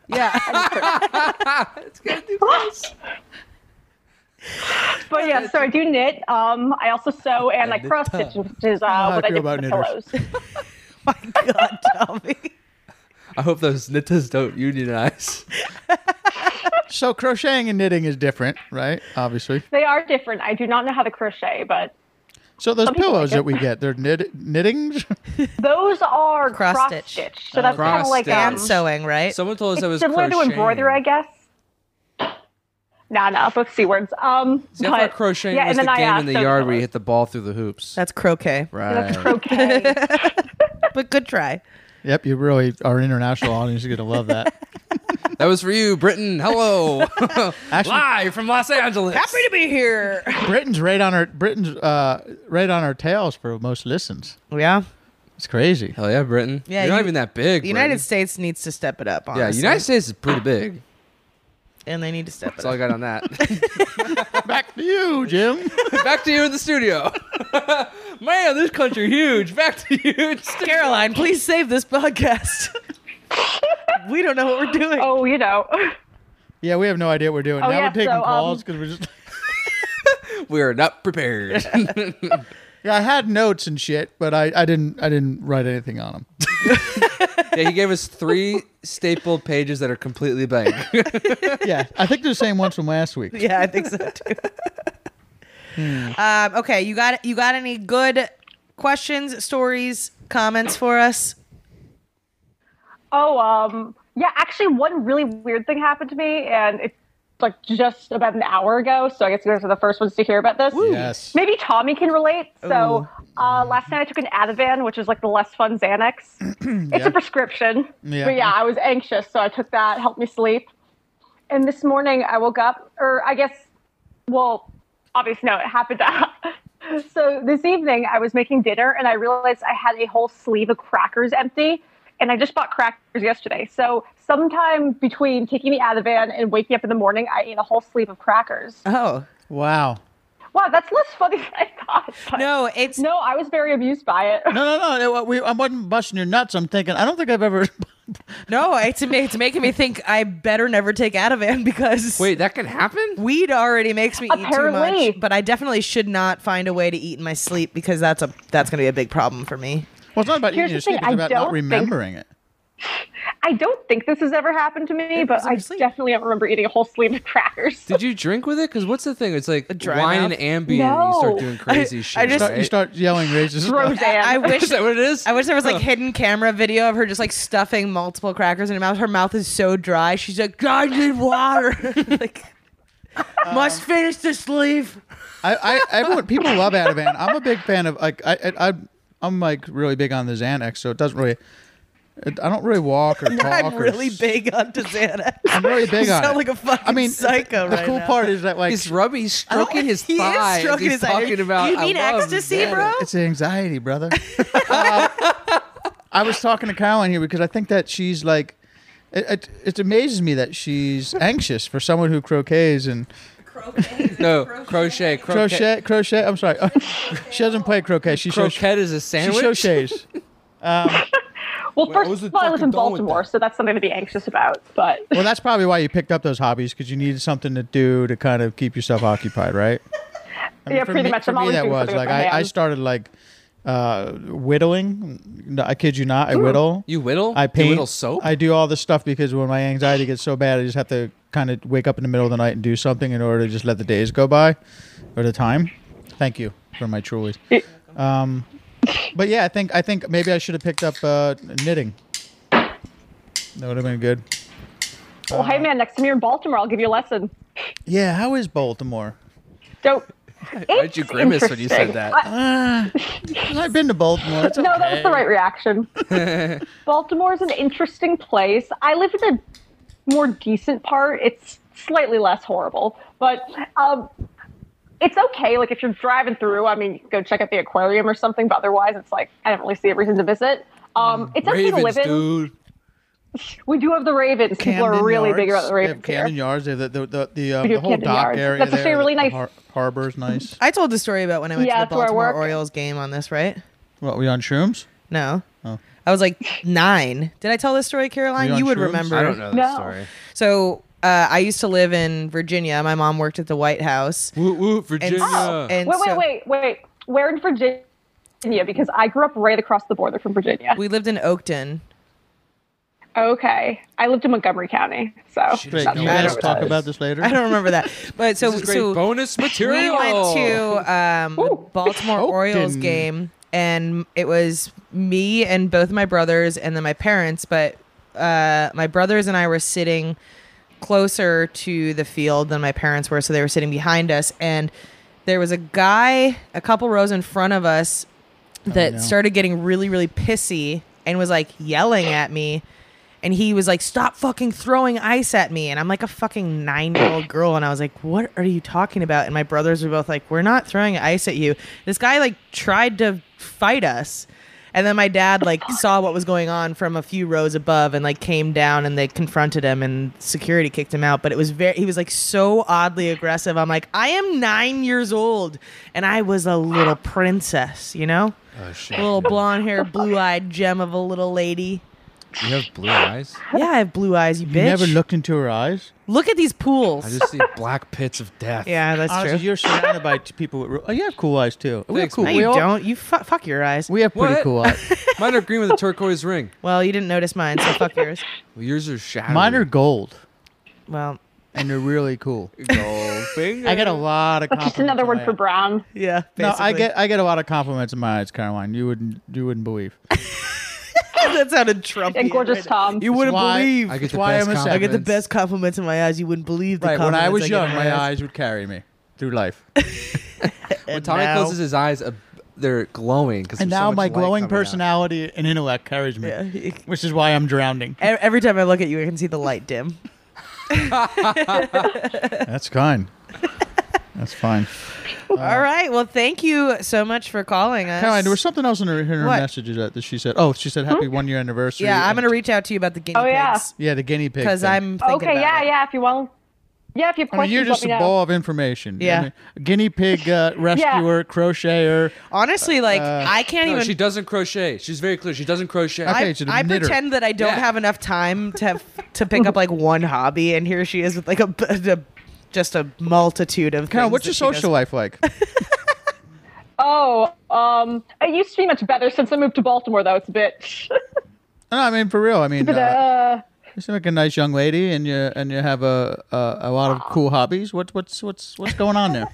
H: But yeah, so I do knit. Um, I also sew and I cross stitch, which is uh,
B: I
H: what I
B: feel
H: do
B: about
H: with the
B: knitters.
H: pillows.
F: My God, Tommy.
C: I hope those knittas don't unionize.
B: So crocheting and knitting is different, right? Obviously.
H: They are different. I do not know how to crochet, but
B: So those
H: people
B: pillows
H: like it.
B: that we get, they're knit- knittings?
H: those are
F: Cross
H: cross,
F: stitch.
H: stitch. So that's kind
C: cross
H: of like
C: stitch.
H: um,
F: And sewing, right?
C: Someone told us I
H: it's
C: was
H: similar
C: crocheting.
H: to embroidery, I guess. Nah, nah, both c words. Um,
C: See, I
H: but,
C: thought crocheting
H: yeah,
C: was
H: and
C: the
H: then I
C: game in
H: asked
C: the
H: those
C: yard where you
H: fellas.
C: hit the ball through the hoops.
F: That's croquet,
C: right.
H: croquet.
F: but good try.
B: yep, you really, our international audience is going to love that.
C: That was for you, Britain. Hello. Live from Los Angeles.
F: Happy to be here.
B: Britain's right on our Britain's uh, right on our tails for most listens.
H: Oh,
F: Yeah.
B: It's crazy.
C: Hell yeah, Britain.
F: Yeah,
C: You're not
F: you-
C: even that big.
F: The United
C: Britain.
F: States needs to step it up,
C: Yeah,
F: honestly.
C: United States is pretty big.
F: And they need to step it
C: That's all I
F: up.
C: got on that.
B: Back to you, Jim.
C: Back to you in the studio. Man, this country huge. Back to you.
F: Caroline, please save this podcast. we don't know what we're doing.
H: oh, you know.
B: yeah, we have no idea what we're doing. now
H: yeah,
B: we're taking
H: so, um,
B: calls because we're just.
C: We're not prepared.
B: Yeah, I had notes and shit, but I, I didn't I didn't write anything on them.
C: yeah, he gave us three stapled pages that are completely blank.
B: Yeah, I think they're the same ones from last week.
F: Yeah, I think so too. um, okay, you got you got any good questions, stories, comments for us?
H: Oh, um, yeah. Actually, one really weird thing happened to me, and it's like just about an hour ago. So I guess you guys are the first ones to hear about this.
B: Yes.
H: Maybe Tommy can relate. So uh, last night I took an Ativan, which is like the less fun Xanax. It's a prescription.
B: Yeah.
H: But yeah, I was anxious, so I took that, helped me sleep. And this morning I woke up, or I guess, well, obviously no, it happened. so this evening I was making dinner and I realized I had a whole sleeve of crackers empty. And I just bought crackers yesterday. So sometime between taking the Ativan and waking up in the morning, I ate a whole sleeve of crackers.
F: Oh
B: Wow.
H: Wow, that's less funny than I thought. but-
F: no, it's
H: no, I was very amused by it.
B: No, no, no. it- we, I wasn't busting your nuts. I'm thinking. I don't think I've ever.
F: no, it's it's making me think I better never take Ativan because
C: Wait, that can happen?
F: Weed already makes me eat
H: Apparently.
F: too much, but I definitely should not find a way to eat in my sleep because that's a that's going to be a big problem for me.
B: Well, it's not about
H: Here's
B: eating your
H: the thing,
B: sleep. It's
H: I
B: about
H: don't
B: not
H: think-
B: remembering it.
H: I don't think this has ever happened to me, but I
F: asleep.
H: definitely don't remember eating a whole sleeve of crackers.
C: Did you drink with it? Because what's the thing? It's like
F: dry
C: wine
F: mouth?
C: and Ambien. and you start
H: No.
C: doing crazy shit.
F: I just-
B: Start- you
C: right?
B: start yelling racist stuff.
H: Roseanne.
F: I wish
C: Is that what it is?
F: I wish there was like hidden camera video of her just like stuffing multiple crackers in her mouth. Her mouth is so dry. She's like, I need water. like,
B: Uh,
F: must finish the sleeve.
B: I, I everyone people love Ativan. I'm a big fan of like I, I I- I'm like really big on the Xanax, so it doesn't really. It, I don't really walk or talk.
F: I'm
B: or
F: really
B: s-
F: big on Xanax.
B: I'm really big
F: You
B: on
F: sound
B: it.
F: like a fucking
B: I mean,
F: psycho
B: The
F: right
B: cool
F: now.
B: part is that like
C: He's rubbing, he's
F: I don't-
C: stroking his
F: he is
C: thigh. and
F: stroking
C: he's
F: his thigh.
C: talking about.
F: You mean
C: I love
F: ecstasy,
C: Xanax."
F: bro?
B: It's anxiety, brother. Uh, I was talking to Caroline here because I think that she's like, it, it, it amazes me that she's anxious for someone who croquets and
C: No, crochet, crochet.
B: crochet, crochet. I'm sorry, she doesn't play croquet. She shows
C: Croquette is a
B: she
C: sandwich.
B: crochets.
H: well,
C: Wait, I
H: first
C: was
H: of all, I live
C: fucking
H: in
C: done with that.
H: Baltimore, so that's something to be anxious about. But
B: Well, that's probably why you picked up those hobbies because you needed something to do to kind of keep yourself occupied, right? I mean,
H: Yeah,
B: for
H: pretty
B: me,
H: much.
B: For
H: I'm
B: me,
H: always
B: that
H: doing
B: was
H: something with
B: like
H: my
B: I, I
H: hands.
B: started like uh, whittling. No, I kid you not, I whittle.
C: You whittle?
B: I
C: You
B: paint.
C: whittle soap?
B: I do all this stuff because when my anxiety gets so bad, I just have to kind of wake up in the middle of the night and do something in order to just let the days go by or the time. Thank you for my Trulies. Um, but yeah, I think I think maybe I should have picked up uh, knitting. That would have been good.
H: well, hey man, next time you're in Baltimore, I'll give you a lesson.
B: Yeah, how is Baltimore?
H: Dope.
C: Why'd you grimace when you said that?
B: Uh, I've been to Baltimore. It's
H: No, that
B: okay.
H: was the right reaction. Baltimore is an interesting place. I live in a more decent part. It's slightly less horrible, but um, it's okay. Like if you're driving through, I mean, you can go check out the aquarium or something. But otherwise, it's like I don't really see a reason to visit. Um,
B: Mm.
H: it's okay to
C: Ravens,
H: live in.
C: dude.
H: We do have the Ravens. People
B: Camden
H: are really
B: Yards.
H: big about the
B: They have
H: Ravens here.
B: Camden Yards. They have the the the, the, uh,
H: We do
B: the whole
H: Camden
B: dock
H: Yards.
B: area.
H: That's actually
B: there,
H: really
B: the
H: nice. Mm-hmm.
B: Har- harbor's nice.
F: I told the story about when I went
H: Yeah,
F: to the
H: that's where I
F: Baltimore
H: work.
F: Orioles game on this, right?
B: What we on shrooms?
F: No.
C: Oh.
F: I was like nine. Did I tell this story, Caroline?
B: Were you
F: You, would
B: on shrooms?
F: remember.
C: I don't know that
H: No.
C: story.
F: So uh, I used to live in Virginia. My mom worked at the White House.
C: Woot woot,
F: And,
C: Virginia.
F: so- Oh, and
H: Oh, wait,
F: so-
H: wait, wait, wait. Where in Virginia? Because I grew up right across the border from Virginia.
F: We lived in Oakton.
H: okay, I lived in Montgomery County, so
B: Wait,
H: that's
B: can you
H: where I
B: guys
H: was.
B: talk about this later?
F: I don't remember that. But so
C: This is great
F: so
C: bonus
F: we
C: material.
F: went to um, the Baltimore Orioles
B: Oakton.
F: game, and it was me and both my brothers, and then my parents. But uh, my brothers and I were sitting closer to the field than my parents were, so they were sitting behind us. And there was a guy a couple rows in front of us that
B: no.
F: started getting really, really pissy and was like yelling at me. And he was like, stop fucking throwing ice at me. And I'm like a fucking nine year old girl. And I was like, what are you talking about? And my brothers were both like, we're not throwing ice at you. This guy like tried to fight us. And then my dad like saw what was going on from a few rows above and like came down and they confronted him and security kicked him out. But it was very he was like so oddly aggressive. I'm like, I am nine years old and I was a little princess, you know?
C: Oh, shit.
F: Little blonde hair, blue eyed gem of a little lady.
C: You have blue eyes?
F: Yeah, I have blue eyes, you bitch.
B: You never looked into her eyes.
F: Look at these pools.
C: I just see black pits of death.
F: yeah, that's
B: Honestly,
F: true.
B: you're surrounded by t- people. With, re- oh, you have cool eyes too. we have
C: Thanks,
B: cool.
F: No,
C: man.
B: we
F: you
B: all-
F: don't. You fu- fuck your eyes.
B: We have pretty
C: What?
B: cool eyes.
C: Mine are green with a turquoise ring.
F: Well, you didn't notice mine, so fuck yours.
C: Well, yours are shattered.
B: Mine are gold,
F: Well,
B: and they're really cool.
C: gold finger.
B: I get a lot of.
H: just another
B: compliments
H: word
B: on
H: for
B: my-
H: brown.
F: yeah.
B: No, I
F: basically.
B: get I get a lot of compliments in my eyes, Caroline. You wouldn't you wouldn't believe.
F: that sounded Trump.
H: And gorgeous Tom.
F: You wouldn't
B: why-
F: believe.
C: I get
B: That's
C: the
B: why
C: best
B: I'm a
F: I get the
C: compliments.
F: best compliments in my eyes. You wouldn't believe the
B: Right when I
F: compliments
B: was
F: get
B: young,
F: in
B: my eyes would carry me through life.
F: And
C: Tommy
F: now-
C: closes his eyes. Uh, they're glowing. 'cause
B: and
C: there's so
B: now
C: much
B: my
C: light
B: glowing
C: coming out.
B: personality and intellect carries me,
F: Yeah.
B: which is why I'm drowning.
F: E- Every time I look at you, I can see the light dim.
B: That's kind. That's fine.
F: All right. Well, thank you so much for calling us.
B: Caroline, there was something else in her, in her
F: What? Hmm?
B: messages that, that she said. Oh, she said happy one year anniversary.
F: yeah, I'm
B: and-
F: gonna reach out to you about the guinea
H: Oh, yeah.
F: pigs
B: Yeah, the guinea pig.
F: because
B: thing.
F: I'm thinking
H: Okay,
F: about
H: yeah,
F: it.
H: yeah. If you want, yeah, if you have
B: I mean,
H: questions,
B: you're just a
H: let me know.
B: ball of information. I
F: Yeah.
B: mean, guinea pig uh, rescuer, crocheter.
F: Honestly, like I can't
C: No,
F: even.
C: she doesn't crochet. She's very clear. She doesn't crochet.
B: Okay,
F: I,
B: she's a
F: I
B: knitter.
F: pretend that I don't
C: Yeah.
F: have enough time to have, to pick up like one hobby, and here she is with like a, b- a- just a multitude of.
B: Caroline,
F: things
B: what's
F: that
B: your
F: she does.
B: social life like?
H: Oh, um, it used to be much better since I moved to Baltimore, though. It's a bit.
B: No, I mean for real. I mean,
I: But,
B: uh,
I: uh,
B: you seem like a nice young lady, and you and you have a a, a lot of cool hobbies. What what's what's what's going on there?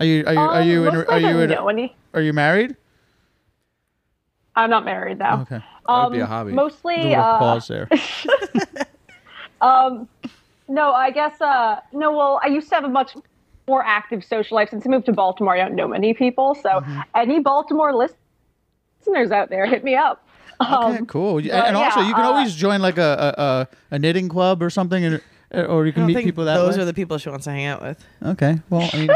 B: Are you are you are you in,
H: Mostly
B: are
H: I
B: you
H: Uh, don't
B: in,
H: know any.
B: are you married?
H: I'm not married though. Um,
B: Okay,
C: That would be a
B: There's
C: hobby.
B: a
H: Mostly,
B: little
H: uh,
B: pause there.
H: No, I guess uh no, well, I used to have a much more active social life. Since I moved to Baltimore, I don't know many people. So
B: Mm-hmm.
H: any Baltimore lis- listeners out there, hit me up. Um,
B: Okay, cool. You- And, and
H: yeah,
B: also, you can
H: uh,
B: always join like a a, a, a knitting club or something, and, or you
F: I
B: can
F: don't
B: meet
F: think
B: people that
F: those
B: way.
F: are the people she wants to hang out with.
B: okay. Well, I mean,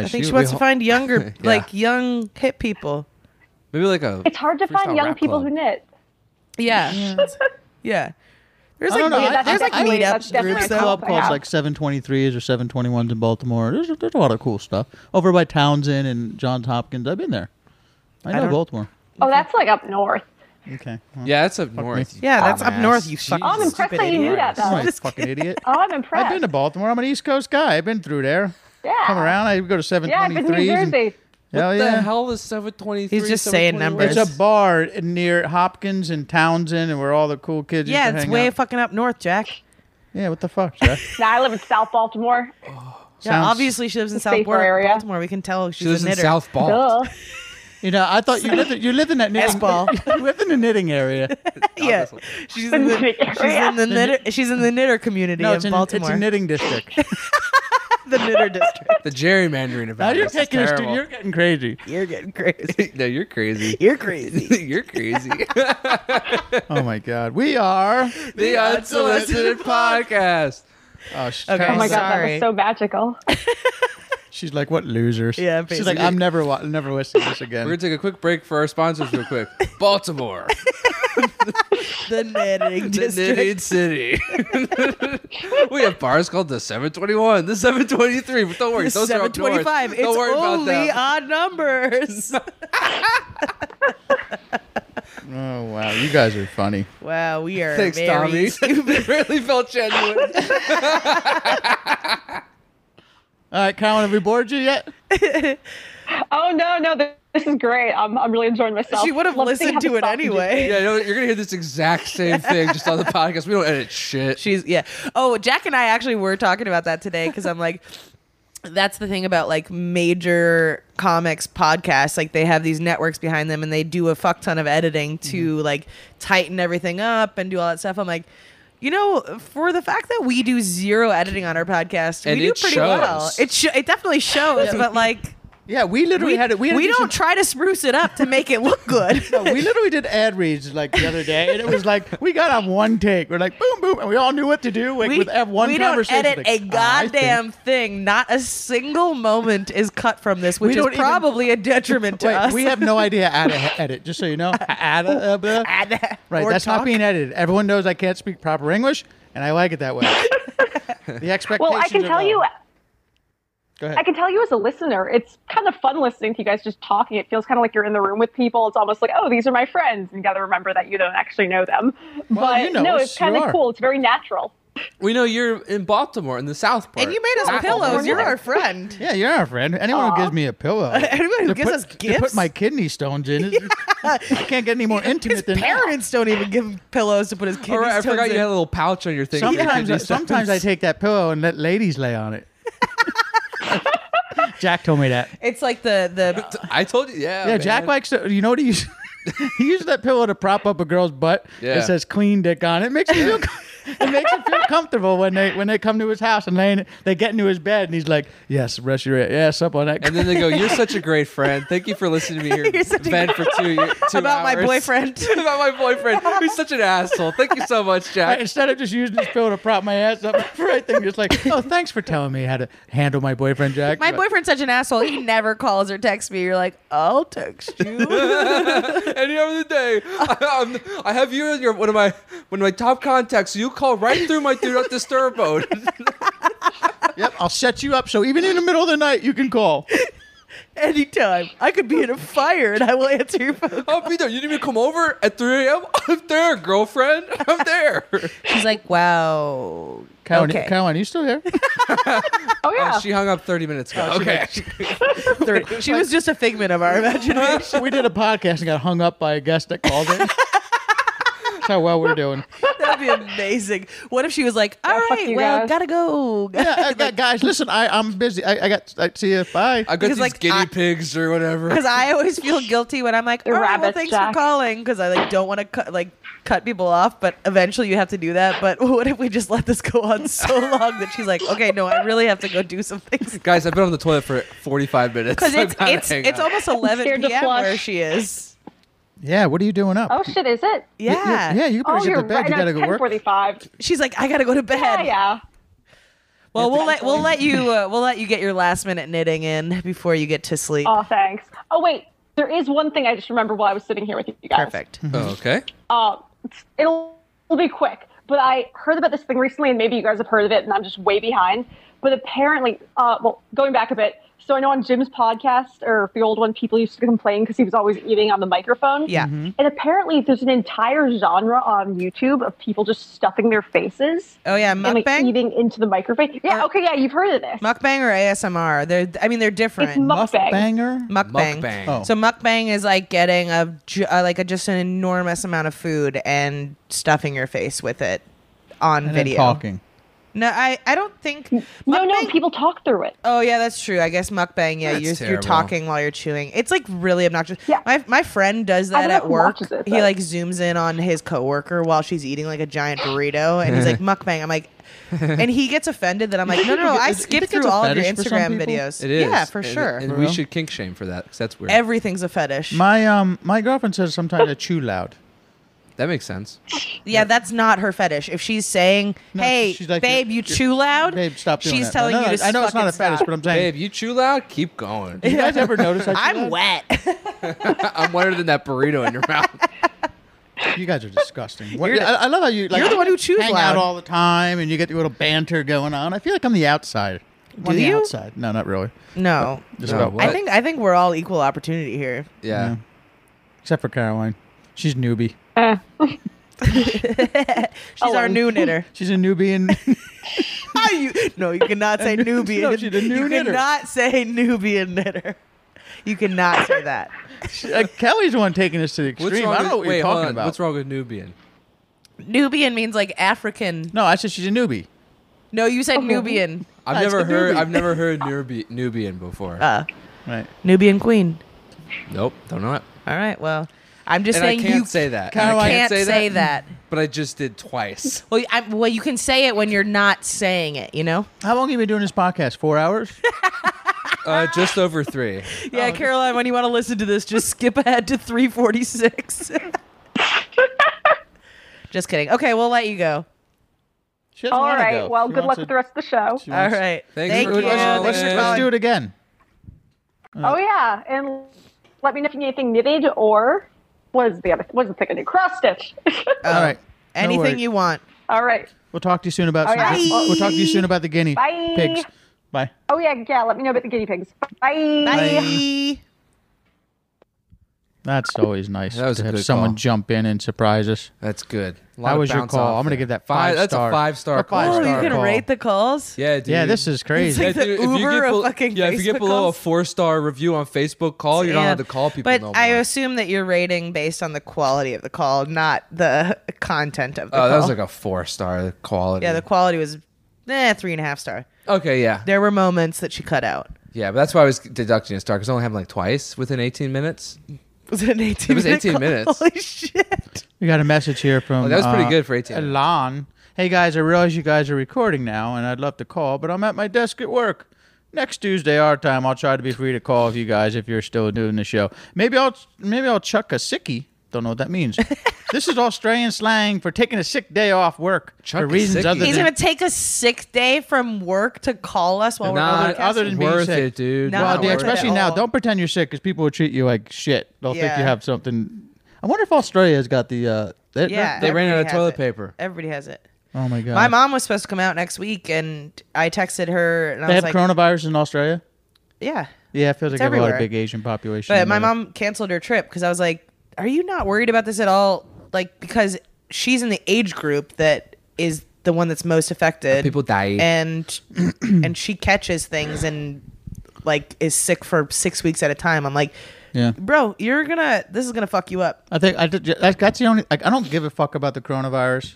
F: I think she wants to find younger,
C: Yeah.
F: like young hip people.
C: Maybe like a.
H: It's hard to find
C: freestyle
H: young
C: rap
H: people
C: club.
H: who knit.
F: Yeah, yeah. There's
B: I
F: like
B: don't know.
F: meet-
B: I-
F: there's like
H: I- I- that's
F: meetups
H: definitely
F: groups
H: a
F: though.
B: club
H: Yeah.
B: calls like 723s or 721s in Baltimore. There's, there's a lot of cool stuff. Over by Townsend and Johns Hopkins. I've been there. I know
F: don't-
B: Baltimore.
H: Oh, that's like up north.
B: Okay. Well,
C: Yeah, that's up north. you
F: Yeah, that's up
C: dumbass.
F: north, you fucking
H: Oh, I'm
C: Jesus.
H: impressed
F: stupid
H: that you knew
F: idiot.
H: that
B: I'm
H: though.
B: not a fucking idiot.
H: Oh, I'm impressed.
B: I've been to Baltimore. I'm an East Coast guy. I've been through there.
H: yeah.
B: Come around. I go to
H: Yeah, I've
B: 723s.
H: been to New
B: and-
H: Jersey.
B: Hell
C: What
B: yeah.
C: the hell is 723?
F: He's just saying numbers.
B: It's a bar near Hopkins and Townsend, and where all the cool kids. used
F: Yeah,
B: to
F: it's
B: hang
F: way
B: out.
F: fucking up north, Jack.
B: yeah, what the fuck? Jack?
H: Now I live in South Baltimore.
F: Yeah,
B: Sounds-
F: obviously she lives in South
H: safer
F: Bor-
H: area.
F: Baltimore. We can tell she's
C: She lives
F: a
C: in
F: knitter.
C: South Ball.
H: Duh.
B: You know, I thought you lived. You lived in that knitting.
F: S-ball.
B: you lived in the knitting area.
F: yeah, she's in the,
H: Knitter
F: she's in the knitter. She's in the knitter community
B: No,
F: of
B: it's in, it's
F: Baltimore.
B: a knitting district.
F: the knitter district.
C: The gerrymandering
B: now
C: about
B: you're
C: this is
B: taking this.
C: terrible.
B: You're getting crazy.
F: You're getting crazy.
C: no, you're crazy.
F: You're crazy.
C: You're crazy.
B: Oh my God, we are.
C: the Unsolicited Podcast.
B: Oh, she's,
F: Okay.
B: kinda
H: Oh my
B: like-
H: god, that
F: Sorry.
H: was so magical.
B: she's like, what losers?
F: Yeah,
B: she's like,
F: basically.
B: I'm never, wa- never listening to this again.
C: We're going to take a quick break for our sponsors, real quick. Baltimore,
F: the knitting
C: the knitting
F: district.
C: city. we have bars called the 721, the 723. But don't worry, those are up north.
F: 725. It's
C: Don't worry about
F: only
C: them.
F: odd numbers.
B: oh wow, you guys are funny.
F: wow, we are
C: Thanks,
F: very
C: Tommy.
F: stupid.
C: it really felt genuine.
B: All right, Colin, have we bored you yet?
H: Oh no, no, this, this is great. I'm, I'm really enjoying myself.
F: She would have
H: Love
F: listened
H: seeing how
F: to it
H: the sausages-
F: anyway.
C: Yeah, you know, you're gonna hear this exact same thing just on the podcast. We don't edit shit.
F: She's yeah. Oh, Jack and I actually were talking about that today because I'm like, that's the thing about like major comics podcasts. Like they have these networks behind them and they do a fuck ton of editing
C: Mm-hmm.
F: to like tighten everything up and do all that stuff. I'm like. You know, for the fact that we do zero editing on our podcast,
C: And
F: we do
C: it
F: pretty
C: shows.
F: well. It sh- it definitely shows, but like
B: Yeah, we literally
F: we,
B: had it. We, had to do
F: don't
B: some-
F: try to spruce it up to make it look good.
B: we literally did ad reads like the other day, and it was like we got on one take. We're like boom, boom, and we all knew what to do. Like
F: we,
B: with that one
F: we don't
B: conversation.
F: edit
B: Like,
F: a
B: "Ah, I think-
F: goddamn thing. Not a single moment is cut from this, which is
B: don't even-
F: probably a detriment to
B: Wait,
F: us.
B: we have no idea how to edit. Just so you know, Add a- uh, blah. right?
F: Or
B: That's
F: talk.
B: not being edited. Everyone knows I can't speak proper English, and I like it that way. the expectations.
H: Well, I can
B: are
H: tell
B: low.
H: you,
B: Go
H: I
B: ahead.
H: can tell you as a listener, it's kind of fun listening to you guys just talking. It feels kind of like you're in the room with people. It's almost like, oh, these are my friends, and you got to remember that you don't actually know them. but
B: you know
H: no,
B: us.
H: it's kind
B: You
H: of
B: are.
H: cool. It's very natural.
C: We know you're in Baltimore in the South part.
F: and you made us
C: Not
F: pillows.
C: Baltimore.
F: You're our friend.
B: yeah, you're our friend. Anyone who gives me a pillow,
F: Anyone who
B: to
F: gives
B: put,
F: us
B: to
F: gifts?
B: put my kidney stones in. It, I can't get any more
F: His
B: intimate than that.
F: parents don't even give him pillows to put his kidney
C: All right, I
F: stones
C: forgot you
F: in.
C: had a little pouch on your thing. for your
B: Sometimes, I,
C: kidney stones.
B: sometimes I take that pillow and let ladies lay on it. Jack told me that.
F: It's like the the
C: I told you, yeah.
B: Yeah,
C: man.
B: Jack likes to. You know what he used? he used that pillow to prop up a girl's butt.
C: Yeah.
B: It says "clean dick" on it. Makes me feel. it makes him feel comfortable when they when they come to his house and they they get into his bed and he's like, "Yes, rest your ass up on that."
C: And then they go, "You're such a great friend. Thank you for listening to me here,
F: You're such a
C: Ben, for two, year, two
F: about my
C: hours."
F: boyfriend.
C: about my boyfriend, who's such an asshole. Thank you so much,
B: I-
C: Jack.
B: instead of just using this pillow to prop my ass up for anything, just like, "Oh, thanks for telling me how to handle my boyfriend, Jack."
F: my boyfriend's such an asshole. He never calls or texts me. You're like, I'll text you.
C: Any other day, I, I'm, I have you in your one of my one of my top contacts. You call right through my do not disturb mode.
B: Yep, I'll set you up so even in the middle of the night you can call.
F: Anytime. I could be in a fire and I will answer your phone. call.
C: I'll be there. You need me to come over at 3 a.m.? I'm there, girlfriend. I'm there.
F: She's like, wow.
B: Caroline,
F: Okay.
B: Caroline, are you still there?
H: Oh yeah.
C: she hung up 30 minutes ago.
B: Oh,
C: okay.
F: Thirty- She was just a figment of our imagination.
B: we did a podcast and got hung up by a guest that called in. That's how well we're doing.
F: That'd be amazing. What if she was like, "All
H: fuck
F: right,
H: you
F: well,
H: guys."
F: gotta go."
B: Yeah, I, I- guys, listen, I, I'm busy. I, I got. I see you. Bye.
C: I got
F: Because,
C: these
F: like,
C: guinea
F: I-
C: pigs or whatever.
F: Because I always feel guilty when I'm like, "All
H: They're
F: right, well,
H: rabbits,
F: thanks
H: Jack.
F: for calling," because I like don't want to cut like cut people off. But eventually, you have to do that. But what if we just let this go on so long that she's like, "Okay, no, I really have to go do some things."
C: Guys, I've been on the toilet for 45 minutes.
F: Because
C: I
F: it's
C: gotta
F: it's
C: hang
F: it's
C: up.
F: almost 11
H: scared to
F: p.m.
H: flush.
F: where she is.
B: yeah, what are you doing up?
H: Oh shit, is it?
B: Y-
F: Yeah.
B: y- Yeah, you better
H: Oh,
B: get
H: you're
B: to bed.
H: right.
B: You
H: No,
B: gotta
H: it's
B: go work.
H: 10:45.
F: She's like, I gotta go to bed.
H: Yeah, yeah.
F: Well, we'll let we'll let you uh, we'll let you get your last minute knitting in before you get to sleep.
H: Oh, thanks. Oh, wait. There is one thing I just remembered while I was sitting here with you guys.
F: Perfect.
C: Oh, okay.
H: Uh, it's- it'll, it'll be quick, but I heard about this thing recently, and maybe you guys have heard of it, and I'm just way behind. But apparently, uh, well, going back a bit, so I know on Jim's podcast, or the old one, people used to complain because he was always eating on the microphone.
F: Yeah.
H: And apparently, there's an entire genre on YouTube of people just stuffing their faces
F: Oh yeah,
H: and like
F: mukbang,
H: eating into the microphone. Yeah, okay, yeah, you've heard of this.
F: mukbang or ASMR. They're I mean they're different.
H: It's muk- Mukbang.
B: Banger.
F: mukbang.
C: Mukbang.
B: Oh.
F: So mukbang is like getting a ju- uh, like a, just an enormous amount of food and stuffing your face with it on
B: and then
F: video.
B: talking.
F: No, I I don't think.
H: no, no,
F: mukbang-
H: people talk through it.
F: Oh yeah, that's true. I guess mukbang. Yeah,
C: That's
F: you're, you're
C: terrible.
F: talking while you're chewing. It's like really obnoxious.
H: Yeah.
F: My my friend does that
H: don't know
F: at
H: who
F: work.
H: watches it,
F: he
H: though.
F: like zooms in on his coworker while she's eating like a giant burrito, and he's like mukbang. I'm like, and he gets offended that I'm like, no, no, no
B: think it-
F: I
B: is- you
F: skipped
B: think it's
F: through
B: a
F: all of your
B: fetish for some
F: Instagram
B: people?
F: videos.
C: It is.
F: Yeah, for
C: And-
F: sure.
C: And we
B: Well.
C: should kink shame for that because that's weird.
F: Everything's a fetish.
B: My um, my girlfriend says sometimes I chew loud.
C: that makes sense.
F: yeah, that's not her fetish. If she's saying,
B: No,
F: "Hey,
B: she's like,
F: babe, you
B: you're-
F: chew loud,"
B: Babe, stop doing
F: she's
B: that. No,
F: telling
B: no,
F: you
B: I-
F: to.
B: I know it's not a
F: fucking
B: fetish,
F: stop.
B: but I'm saying.
C: Babe, you chew loud? Keep going.
B: you guys ever notice I chew
F: I'm
B: loud?
F: wet.
C: I'm wetter than that burrito in your mouth.
B: You guys are disgusting. What, I, I love how you like.
F: you're the one who chews
B: hang
F: loud.
B: out all the time, and you get your little banter going on. I feel like I'm the outside. I'm on
F: Do
B: the
F: you?
B: outside? No, not really.
F: no,
B: Just
C: No,
B: about
C: what?
F: I think I think we're all equal opportunity here.
C: Yeah.
B: Yeah. Except for Caroline, she's newbie.
H: Oh,
F: She's our new knitter.
B: She's a newbie, and
F: How you? No, you cannot say newbie.
B: No, she's a new
F: you
B: knitter.
F: cannot say Nubian knitter. You cannot say that.
B: uh, Kelly's the one taking us to the extreme. I don't know what
C: wait,
B: you're
C: hold
B: talking
C: on.
B: about.
C: What's wrong with Nubian?
F: Nubian means like African.
B: No, I said she's a newbie.
F: No, you said Nubian.
C: I've
B: Ah, it's
C: never
B: a
C: heard.
B: newbie.
C: I've never heard Nubi- Nubian before.
F: Uh,
B: Right.
F: Nubian queen.
C: nope, don't know it.
F: All right. Well, I'm just
C: And I
F: saying
C: can't
F: you
C: say that. And
F: You
C: I
B: Caroline-
F: can't say, that.
C: But I just did twice.
F: Well, I, well, you can say it when you're not saying it. You know.
B: How long have you been doing this podcast? Four hours?
C: Uh, just over three.
F: Yeah, Caroline. When you want to listen to this, just skip ahead to 346. just kidding. Okay, we'll let you go.
B: She doesn't
H: All
B: wanna
H: right.
B: go.
H: Well,
B: She
H: good
B: wants
H: luck
B: to-
H: with the rest of the show.
B: she
F: All
B: wants-
F: right.
C: Thanks
F: Thank
C: for
F: you.
C: calling.
F: Thanks
B: Let's,
F: for
B: let's do it again. uh,
H: Oh yeah, and let me know if you need anything knitted or what is the other? What is the thing I do? Cross stitch.
B: All right. No
F: Anything
B: worries.
F: you want.
H: All right.
B: We'll talk to you soon about.
H: All right.
B: some- We'll talk to you soon about the guinea
H: Bye.
B: pigs. Bye.
H: Oh yeah, yeah. Let me know about the guinea pigs.
F: Bye.
B: That's always nice.
C: That was
B: to
C: a
B: have
C: good
B: someone
C: call.
B: jump in and surprise us.
C: That's good. A lot
B: That
C: of
B: was your
C: bounce
B: call.
C: off
B: I'm gonna
C: there.
B: give that five.
C: That's
B: star.
C: a five star
B: A
C: call.
B: five
F: Oh, you
B: star
F: can
B: call.
F: rate the calls?
C: Yeah, dude.
B: Yeah, this is crazy.
F: like-
C: Yeah,
F: the Uber of fucking
C: yeah, if you get
F: Facebook
C: below
F: calls.
C: a four star review on Facebook call, you're not
F: Yeah.
C: allowed to call people.
F: But
C: no
F: I
C: more.
F: assume that you're rating based on the quality of the call, not the content of the
C: Oh,
F: call.
C: that was like a four star quality.
F: yeah, the quality was eh, three and a half star.
C: okay, yeah,
F: There were moments that she cut out.
C: yeah, but that's why I was deducting a star because it only happened like twice within 18 minutes.
F: Was it an 18
C: It was 18
F: call?
C: minutes.
F: Holy shit.
B: We got a message here from.
C: Oh, that was pretty
B: uh,
C: good for 18.
B: Elan. Hey guys, I realize you guys are recording now, and I'd love to call, but I'm at my desk at work. Next Tuesday, our time, I'll try to be free to call if you guys, if you're still doing the show. Maybe I'll maybe I'll chuck a sickie. Don't know what that means. this is Australian slang for taking a sick day off work
C: Chuck
B: for
C: a
B: reasons
C: sickie.
B: other
F: He's
B: than
F: going to take a sick day from work to call us while we're
C: Not
F: overcasting.
B: other than being
C: worth
B: sick.
C: it, dude.
F: No,
B: Well,
F: Not
B: dude,
F: worth it
B: especially
F: at
B: now,
F: all.
B: don't pretend you're sick because people will treat you like shit. They'll think
F: Yeah.
B: you have something. I wonder if Australia's got the. Uh, they,
F: Yeah.
C: They ran out of
F: Everybody has
C: toilet
F: it.
C: paper.
F: Everybody has it.
B: Oh my god.
F: My mom was supposed to come out next week, and I texted her, and I
B: They
F: was like,
B: have coronavirus in Australia.
F: "Yeah."
B: Yeah, it feels like I have a lot of
F: everywhere.
B: big Asian population.
F: But my
B: there.
F: mom canceled her trip because I was like, "Are you not worried about this at all?" Like because she's in the age group that is the one that's most affected.
C: People die.
F: and and she catches things and like is sick for six weeks at a time. I'm like,
B: Yeah.
F: bro, you're gonna. This is gonna fuck you up.
B: I think I did, that's, that's the only. Like, I don't give a fuck about the coronavirus,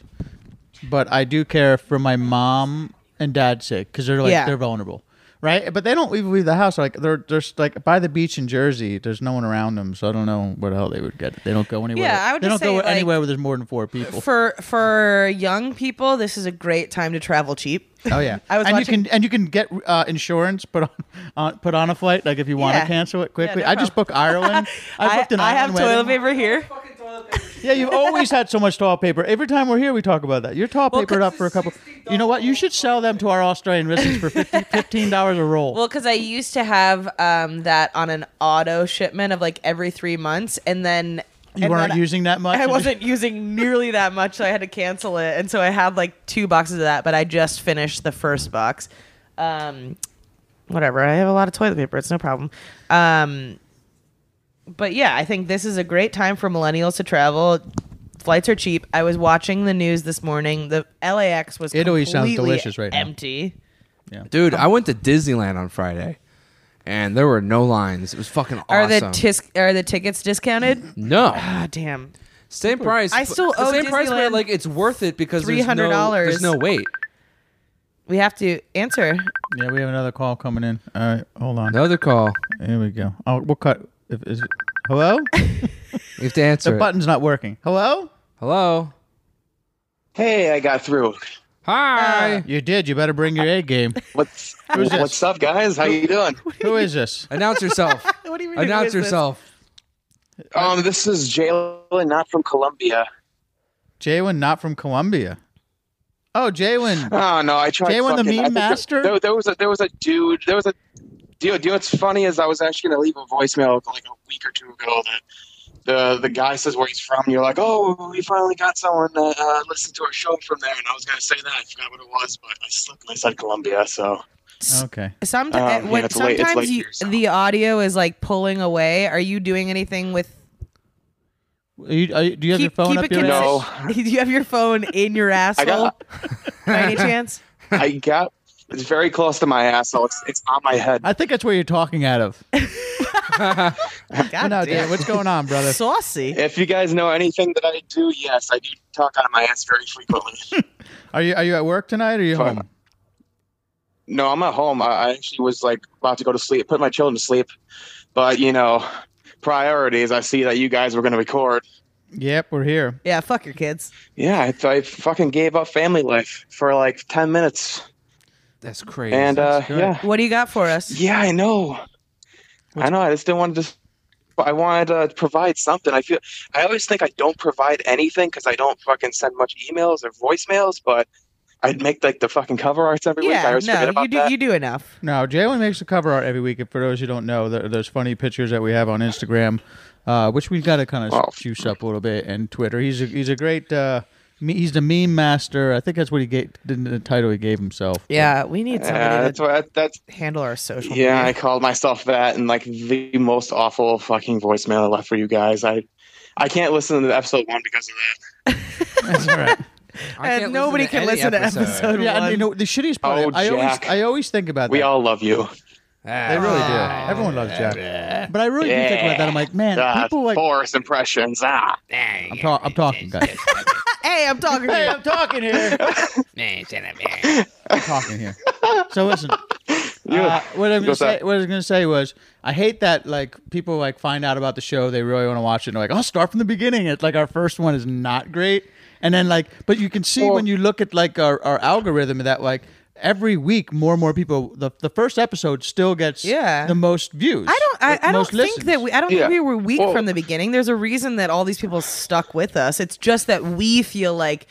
B: but I do care for my mom and dad's sake because they're like
F: Yeah.
B: they're vulnerable, right? But they don't even leave the house. Like they're just like by the beach in Jersey. There's no one around them, so I don't know where the hell they would get. They don't go anywhere.
F: Yeah, I would
B: they
F: just
B: don't
F: say,
B: go
F: like,
B: anywhere where there's more than four people.
F: For for young people, this is a great time to travel cheap.
B: oh yeah,
F: I was
B: and
F: watching-
B: you can and you can get uh, insurance put on, on put on a flight. Like if you want
F: Yeah.
B: to cancel it quickly,
F: no
B: I just booked Ireland. I booked an
F: I have toilet
B: Ireland wedding.
F: paper here.
B: Yeah, you've always had so much toilet paper. Every time we're here, we talk about that. You're toilet papered up for a couple. You know what? You should sell them to our Australian residents for 50, fifteen dollars a roll.
F: Well, because I used to have um, that on an auto shipment of like every three months, and then
B: you
F: and
B: weren't
F: then
B: using that much.
F: I wasn't using nearly that much, so I had to cancel it. And so I had like two boxes of that, but I just finished the first box. Um, whatever. I have a lot of toilet paper. It's no problem. Um, but yeah, I think this is a great time for millennials to travel. Flights are cheap. I was watching the news this morning. The LAX was
B: Italy sounds
F: completely
B: delicious right now.
F: Empty.
C: Dude,
F: um,
C: I went to Disneyland on Friday, and there were no lines. It was fucking awesome.
F: Are the tis- are the tickets discounted?
C: no
F: Ah, damn.
C: same price.
F: I still
C: the
F: owe
C: same price, but
F: Disneyland
C: like it's worth it because there's no-
F: $300.
C: There's no wait.
F: We have to answer.
B: Yeah, we have another call coming in. All right, hold on.
C: Another call.
B: Here we go. Oh, we'll cut. If, is it, hello?
C: You have to answer.
B: The
C: it.
B: button's not working. Hello?
C: Hello.
I: Hey, I got through.
C: Hi.
F: Uh.
B: You did. You better bring your A game.
I: What's
B: Who's this?
I: what's up, guys? How you doing?
B: Who is this?
C: Announce yourself.
F: What do you mean?
C: Announce yourself.
I: Um, this is Jalen, not from Columbia.
B: Jaywin, not from Colombia. Oh, Jaywin.
F: Uh,
I: Oh no, I tried.
B: Jay won the
I: fucking-
B: meme
I: I think
B: master?
I: There, there was a there was a dude. There was a dude. You know what's funny is I was actually gonna leave a voicemail like a week or two ago that the the guy says where he's from. And you're like, oh, we finally got someone that uh, listened to our show from there. And I was gonna say that. I forgot what it was, but I slipped. and I said Columbia. So
B: Okay.
F: Sometimes,
I: Um, yeah,
F: when,
I: it's late- it's
F: eh, sometimes
I: late
F: you,
I: here, so-
F: the audio is like pulling away. Are you doing anything with?
B: Are you, are you, do you have
F: Keep,
B: your phone
F: keep
B: up
F: it
B: your
I: No.
B: ass?
F: consistent. Do you have your phone in your asshole?
I: got-
F: by any chance?
I: I got. It's very close to my asshole. It's, it's on my head.
B: I think that's where you're talking out of.
F: God
B: no,
F: damn.
B: Jay, what's going on, brother?
F: Saucy.
I: If you guys know anything that I do, yes, I do talk out of my ass very frequently.
B: Are you are you at work tonight or are you
I: Fuck.
B: home?
I: no, I'm at home. I, I actually was like about to go to sleep, put my children to sleep, but you know, priorities. I see that you guys were going to record.
B: Yep, we're here.
F: Yeah, fuck your kids.
I: Yeah, I, I fucking gave up family life for like ten minutes,
C: That's crazy.
I: and uh,
B: good.
I: yeah,
F: What do you got for us?
I: yeah, I know, I know. I just didn't want to just. I wanted to provide something. I feel. I always think I don't provide anything because I don't fucking send much emails or voicemails, but. I'd make like the fucking cover arts every week. I
F: Yeah,
I: always forget
F: no,
I: about
F: you do
I: that.
F: you do enough.
B: Now, Jalen makes a cover art every week. And for those who don't know, there, there's funny pictures that we have on Instagram, uh, which we've got to kind of
I: Wow.
B: juice up a little bit, and Twitter. He's a, he's a great. Uh, me, he's the meme master. I think that's what he gave the, the title he gave himself.
F: Yeah, we need somebody
I: Yeah, uh, that's
F: to
I: what that's
F: handle our social.
I: yeah. I
F: media.
I: called myself that, and like the most awful fucking voicemail I left for you guys. I I can't listen to the episode one because of that.
B: That's all right.
C: I can't
F: and nobody can
C: any
F: listen to episode
B: yeah, and
F: one.
B: you know the shittiest part.
I: Oh,
B: I always
I: Jack.
B: I always think about that.
I: We all love you.
B: they really do.
C: Ah.
B: Everyone loves Jack, but I really do think about that. I'm like, man,
I: Ah,
B: people like.
I: Forrest impressions. Ah,
B: I'm, ta- I'm talking, guys.
F: hey, I'm talking. to
B: hey,
F: you.
B: I'm talking here. I'm talking here. So listen. Uh, what I was
I: Go
B: gonna say,
I: ahead.
B: what I was gonna say was, I hate that like people like find out about the show, they really want to watch it, and they're like, I'll start from the beginning. It's like our first one is not great, and then like, but you can see when you look at like our, our algorithm that like every week more and more people the, the first episode still gets
F: Yeah.
B: the most views.
F: I don't. I,
B: like,
F: I don't
B: most
F: think that
B: listens.
F: we. I don't
I: Yeah.
F: think we were weak
I: Well-
F: from the beginning. There's a reason that all these people stuck with us. It's just that we feel like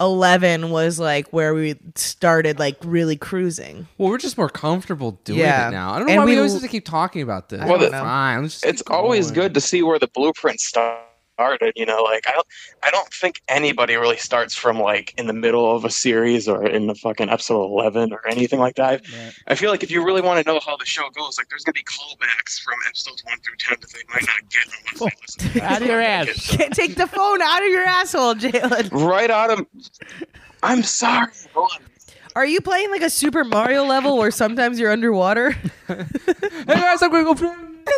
F: eleven was like where we started, like really cruising.
C: Well, we're just more comfortable doing
F: Yeah.
C: it now. I don't know
F: And
C: why we,
F: we
C: always
F: l-
C: have to keep talking about this.
I: Well,
C: Well,
I: the-
C: fine. Let's just
I: it's
C: keep going.
I: always good to see where the blueprint started. You know, like I don't I don't think anybody really starts from like in the middle of a series or in the fucking episode eleven or anything like that.
B: Right.
I: I feel like if you really want to know how the show goes, like there's gonna be callbacks from episodes one through ten that they might not get unless they listen. to the
B: Out of your
I: fucking
B: ass.
I: episode.
F: Can't take the phone out of your asshole, Jalen.
I: right out of. I'm sorry. Hold on.
F: Are you playing like a Super Mario level where sometimes you're underwater?
C: Hey guys, I'm going to go.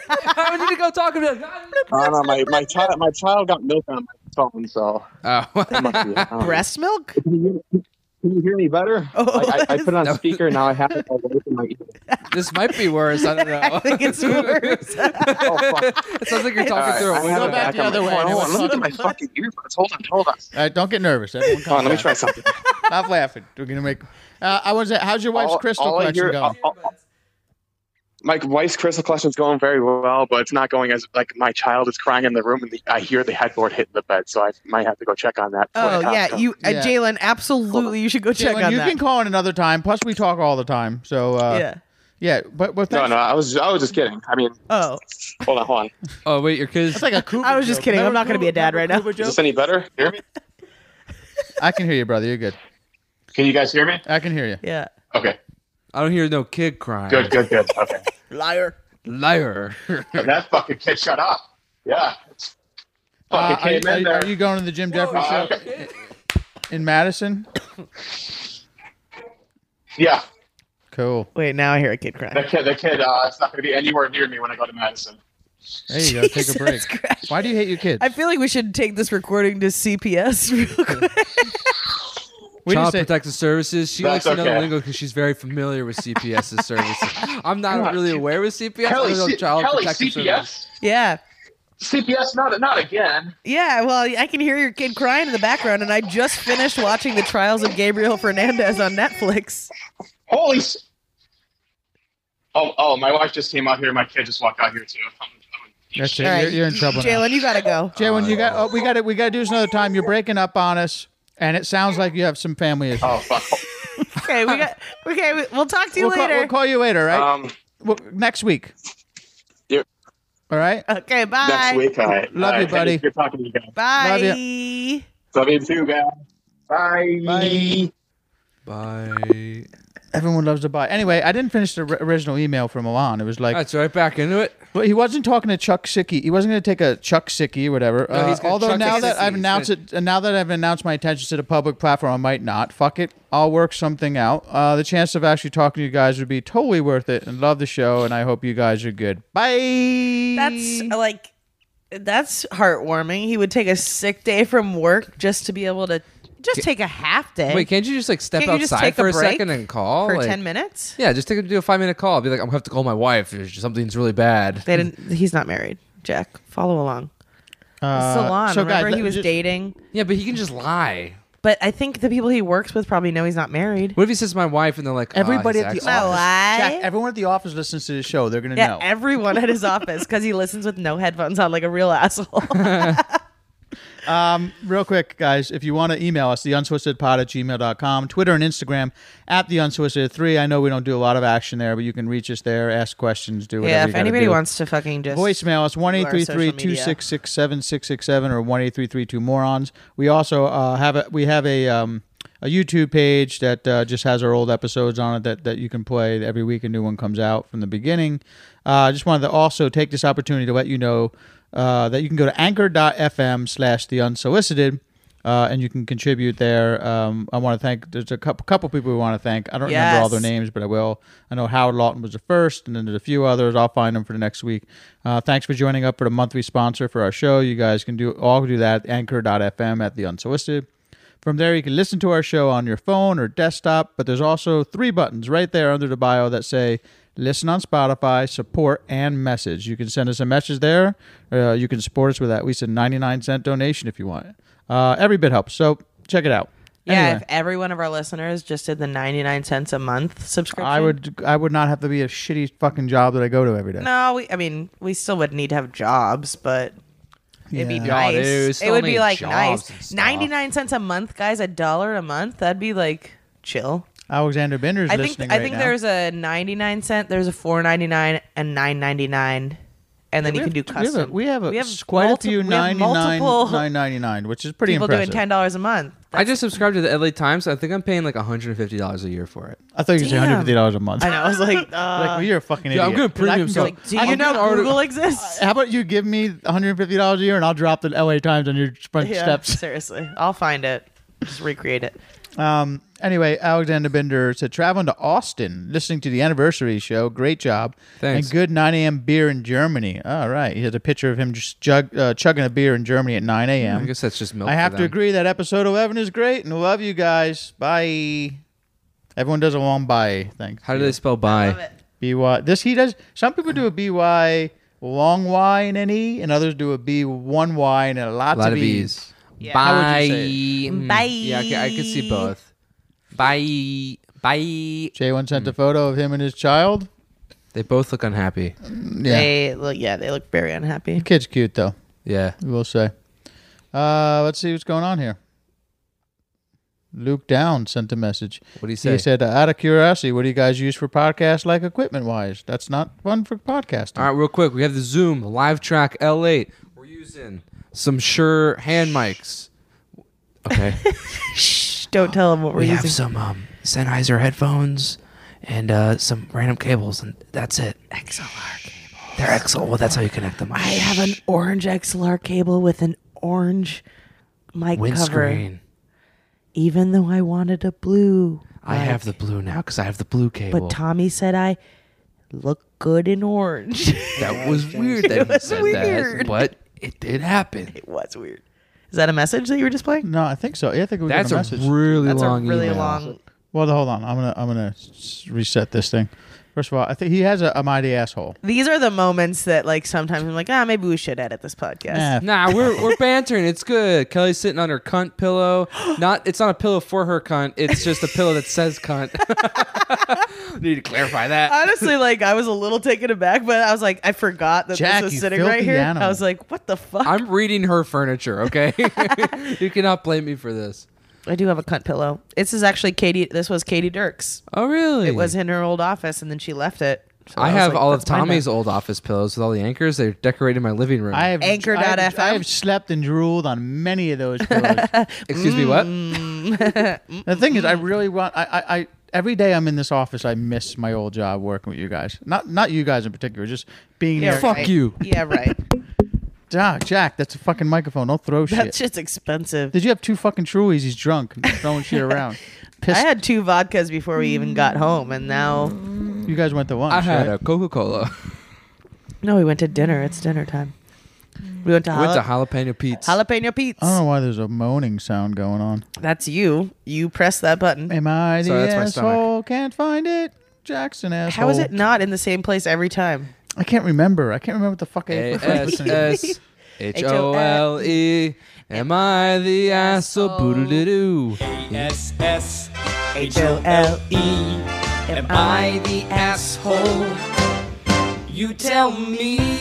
C: I need to go talk about. it.
I: I don't know, my my child my child got milk on my phone, so
C: Oh,
I: that must be it. I don't know.
F: Breast milk?
I: Um, Can you, hear- can you hear me better?
F: Oh,
I: I, I, I put it on
C: no.
I: speaker. Now I have it all over my ear.
C: this might be worse. I don't know.
F: I think it's worse.
I: Oh, fuck.
C: it sounds like you're talking
I: All
C: through
I: right, I
C: a
I: have
C: window.
B: back
I: it back
B: the
I: on my
B: other way,
I: phone.
B: and it
I: Hold
B: was
I: on, let me look at my
B: something-
I: fucking earbuds. Hold on, hold on.
B: All right, don't get nervous. Everyone
I: Hold on,
B: calm
I: let me
B: down.
I: try something.
B: Stop laughing. We're gonna make. Uh, I was. How's your wife's
I: All-
B: crystal
I: all I
B: collection
I: hear-
B: going?
I: all- all- my wife's crystal collection's going very well, but it's not going as like my child is crying in the room, and the, I hear the headboard hitting the bed, so I might have to go check on that.
F: Oh yeah, you uh,
B: Yeah.
F: Jalen, absolutely, you should go check
B: Jalen,
F: on
B: you
F: that.
B: can call in another time. Plus, we talk all the time. So uh,
F: yeah.
B: yeah. But but
I: No,
B: thanks-
I: no, I was I was just kidding. I mean,
F: Oh,
I: hold on, hold on.
C: Oh wait, your kids.
B: That's like a Cooper
F: I was just
B: joke.
F: kidding. I'm
B: Remember
F: not gonna be a
B: Cooper-
F: dad right now.
B: Cooper
I: Is
B: joke?
I: this any better? Hear me?
B: I can hear you, brother. You're good.
I: Can you guys hear me?
B: I can hear you.
F: yeah.
I: Okay,
C: I don't hear no kid crying.
I: good, good, good. Okay,
F: Liar.
C: Liar.
I: that fucking kid, shut up. Yeah,
B: Uh,
I: fucking
B: are, you,
I: came
B: are
I: in
B: you-
I: there.
B: are you going to the Jim Jeffries
I: Uh,
B: show
I: okay.
B: in Madison?
I: Yeah,
B: Cool.
F: Wait, now I hear a kid crying.
I: that kid, that kid, uh, it's not going to be anywhere near me when I go to Madison.
B: There you go. Take
F: Jesus
B: a break.
F: Christ.
B: Why do you hate your kids?
F: I feel like we should take this recording to CPS real quick.
B: we
C: Child
B: just say,
C: Protective Services. She
I: That's
C: likes to know the
I: okay.
C: lingo because she's very familiar with CPS's services. I'm not really aware with CPS. I
I: Kelly,
C: don't know
I: C-
C: Child
I: Kelly,
C: Protective Services.
I: CPS,
F: yeah.
I: CPS, not not again.
F: Yeah, well, I can hear your kid crying in the background, and I just finished watching the Trials of Gabriel Fernandez on Netflix.
I: Holy! S- oh, oh! My wife just came out here. My kid just walked out here too. I'm, I'm
B: that's it.
F: All right,
B: You're, you're in
F: y-
B: trouble. now.
F: Jalen, you gotta go.
B: Jalen, you got. Oh, we got it. We got to do this another time. You're breaking up on us, and it sounds like you have some family issues.
I: Oh fuck!
F: Okay, we got. Okay, we, we'll talk to you
B: we'll, call,
F: later.
B: we'll call you later, right?
I: Um,
B: well, next week.
I: Yep.
B: All right.
F: okay, bye.
I: next week. All right.
B: Love
I: All
B: you,
I: right,
B: buddy.
I: hey, Good talking to you guys.
F: Bye.
B: Love
I: Love you too, guys. Bye.
B: Bye.
C: Bye.
B: Everyone loves to buy. Anyway, I didn't finish the ri- original email from Milan. It was like,
C: That's right. Back into it.
B: but he wasn't talking to Chuck Sicky. He wasn't going to take a Chuck Sicky or whatever.
C: No, he's
B: Uh,
C: gonna
B: although
C: Chuck
B: now that
C: Sickie.
B: I've
C: He's
B: announced it, and now that I've announced my intentions to the public platform, I might not. Fuck it. I'll work something out. Uh, the chance of actually talking to you guys would be totally worth it. And love the show. And I hope you guys are good. Bye.
F: That's uh, like, that's heartwarming. He would take a sick day from work just to be able to just take a half day
C: Wait, can't you just like step
F: Can't you just
C: outside
F: take a
C: for a,
F: break
C: second and call
F: for
C: Like-
F: ten minutes.
C: Yeah, just take a, do a five minute call. Be like, I'm gonna have to call my wife. There's- Something's really bad.
F: They didn't. He's not married. Jack, follow along.
B: Uh,
F: Salon.
B: so guys,
F: remember,
B: let-
F: he was
B: just-
F: dating.
C: Yeah, but he can just lie.
F: But I think the people he works with probably know he's not married.
C: What if he says my wife and they're like, "Ah,
B: Everybody
C: he's
B: at the
C: ex-"
B: office.
F: why?
B: Jack, everyone at the office listens to the show. They're gonna
F: Yeah,
B: know.
F: everyone at his office because he listens with no headphones on like a real asshole.
B: Um, real quick, guys, if you want to email us, the unsolicitedpod at gmail.com, Twitter and Instagram at the unsolicited3. I know we don't do a lot of action there, but you can reach us there, ask questions, do whatever
F: yeah,
B: you
F: if
B: gotta
F: anybody
B: do.
F: wants to fucking just
B: Voicemail us one eight three three two six six seven six six seven or one eight three three two morons. We also uh, have a we have a um, a YouTube page that uh, just has our old episodes on it that, that you can play every week. A new one comes out from the beginning. Uh, I just wanted to also take this opportunity to let you know uh, that you can go to anchor.fm slash the unsolicited. Uh, and you can contribute there. Um, I want to thank. There's a couple, couple people we want to thank. I don't remember all their
F: Yes.
B: names names, but I will. I know Howard Lawton was the first, and then there's a few others. I'll find them for the next week. Uh, thanks for joining up for the monthly sponsor for our show. You guys can do all do that at anchor.fm at the unsolicited. From there, you can listen to our show on your phone or desktop, but there's also three buttons right there under the bio that say listen on Spotify, support, and message. You can send us a message there. Uh, you can support us with at least a 99 cent donation if you want. Uh, every bit helps. So check it out.
F: Yeah,
B: Anyway.
F: if every one of our listeners just did the ninety nine cents a month subscription,
B: I would I would not have to be a shitty fucking job that I go to every day.
F: No, we. I mean, we still would need to have jobs, but it'd be
B: Yeah.
C: dude,
F: nice. it
C: still
F: would be
C: need
F: like
C: jobs and
F: nice.
C: stuff.
F: Ninety nine cents a month, guys. A dollar a month. That'd be like chill.
B: Alexander Bender's
F: I think
B: listening
F: I
B: right
F: think
B: now.
F: there's a ninety nine cent. There's a four ninety nine and nine ninety nine, and then you
B: we
F: can do
B: have- we have a-
F: custom.
B: We have, a, quite
F: multi-
B: a few
F: we have
B: 99
F: multiple
B: 999, which is pretty
F: people
B: impressive.
F: doing ten dollars a month.
C: I just subscribed to the LA Times. I think I'm paying like 150 dollars a year for it.
B: I thought you said
F: Damn.
B: $150 a month.
F: I know. I was like, uh,
B: Like, well, you're a fucking idiot.
C: I'm good
B: Dude, I
C: premium,
B: can
C: so-
B: go-
F: like, do
C: I'm
F: you know
C: gonna order-
F: Google exists?
B: how about you give me $150 a year and I'll drop the LA Times on your front
F: Yeah,
B: steps?
F: seriously, I'll find it. Just recreate it.
B: Um, anyway, Alexander Bender said, traveling to Austin, listening to the anniversary show. Great job.
C: Thanks.
B: And good 9 a.m. beer in Germany. All right. He has a picture of him just jug, uh, chugging a beer in Germany at 9 a.m.
C: I guess that's just milk.
B: I
C: for
B: have to
C: them.
B: agree that episode 11 is great and love you guys. Bye. Everyone does a long bye. Thanks.
C: How do they spell by?
B: BY. This he does. Some people do a BY long Y and an E, and others do a B one Y and a lot,
C: A lot
B: of
C: of
B: E's.
C: E's.
B: How would you
C: Mm.
F: Bye.
C: Yeah, I c- I could see both. Bye. Bye.
B: Jay one sent a photo of him and his child.
C: They both look unhappy.
B: Yeah,
F: They look, yeah, they look very unhappy.
B: kid's cute though.
C: Yeah.
B: We will say. Uh, let's see what's going on here. Luke Down sent a message.
C: What'd he
B: He
C: say?
B: said, uh, "Out of curiosity, what do you guys use for podcast like equipment wise? That's not fun for podcasting."
C: All right, real quick. We have the Zoom live track L8. We're using some Shure hand mics. Okay.
F: Shh, don't tell them what we're
J: We have
F: using.
J: some um, Sennheiser headphones and uh, some random cables, and that's it. XLR cables. They're XLR. Well, that's how you connect them. I
F: I have an orange XLR cable with an orange mic cover,
J: windscreen.
F: even though I wanted a blue.
J: I have the blue now because I have the blue cable.
F: But Tommy said I look good in orange.
C: that was weird that he
F: was
C: said that.
F: weird.
C: But it did happen.
F: it was weird. Is that a message that you were displaying?
B: No, I think so. Yeah, I think we
C: That's
B: got a
C: a
B: message.
C: really
F: That's
C: long
F: a really
C: email.
F: long.
B: Well, hold on. I'm gonna I'm gonna s- reset this thing. First of all, I think he has a, a mighty asshole.
F: These are the moments that, like, sometimes I'm like, ah, maybe we should edit this podcast.
B: Nah, f-
C: Nah, we're we're bantering. It's good. Kelly's sitting on her cunt pillow. Not it's not a pillow for her cunt. It's just a pillow that says cunt. Need to clarify that.
F: Honestly, like, I was a little taken aback, but I was like, I forgot that
B: Jack,
F: this
B: you
F: was sitting
B: filthy
F: right here.
B: animal.
F: I was like, what the fuck?
C: I'm reading her furniture, okay? you cannot blame me for this.
F: I do have a cunt pillow. This is actually Katie. This was Katie Dirks.
C: Oh really?
F: It was in her old office, and then she left it. So
C: I
F: was
C: have
F: like,
C: all of
F: that's mine now.
C: Tommy's old office pillows with all the anchors. They're decorating my living room.
B: I have
F: Anchor
B: I have-
F: dot
B: I
F: FM.
B: have slept and drooled on many of those pillows.
C: Excuse me, what?
B: the thing is, I
F: Mm-hmm.
B: really want. I, I, I every day I'm in this office. I miss my old job working with you guys. Not not you guys in particular. Just being
F: Yeah,
B: there.
C: Fuck
F: right.
C: you.
F: Yeah, right.
B: Doc, Jack, that's a fucking microphone. Don't throw shit.
F: That's just expensive.
B: Did you have two fucking truies? He's drunk, and just throwing shit around. Pissed.
F: I had two vodkas before we even got home, and now
B: you guys went to lunch.
C: I had
B: right?
C: a Coca Cola.
F: no, we went to dinner. It's dinner time. We went to,
C: Went to
F: jala-
C: jalapeno Pete's.
F: jalapeno Pete's.
B: I don't know why there's a moaning sound going on.
F: That's you. You press that button.
B: Am I the
C: Sorry, that's my stomach.
B: asshole? Can't find it. Jackson asshole.
F: How is it not in the same place every time?
B: I can't remember. I can't remember what the fuck I
C: A
B: ate for
C: S
B: breakfast.
C: S H O L E. Am I the asshole? Boodle-doo-doo.
F: H O L E. Am I?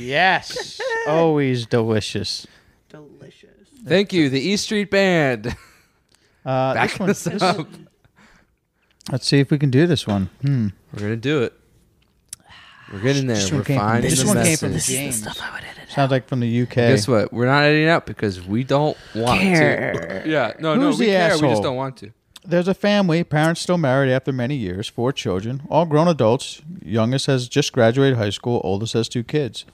B: Yes. Always delicious.
C: Thank you, the E Street Band.
B: Uh, this
C: Back
B: one-
C: this
B: this-
C: up.
B: let's see if we can do this one. Hmm.
C: We're gonna do it. We're getting there.
B: This
C: We're
B: one came from-
C: finding
B: this
C: the
B: one came
C: message.
B: from James.
F: I would edit.
B: Sounds like from the UK.
C: Guess what? We're not editing out because we don't want
F: Care.
C: to. Yeah, no,
B: Who's
C: no, we
B: the
C: care. We
B: asshole?
C: just don't want to.
B: There's a family, parents still married after many years, four children, all grown adults. Youngest has just graduated high school, oldest has two kids.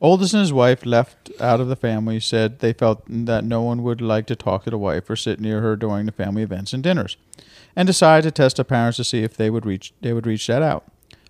B: Oldest and his wife left out of the family said they felt that no one would like to talk to the wife or sit near her during the family events and dinners, and decided to test the parents to see if they would reach they would reach that out.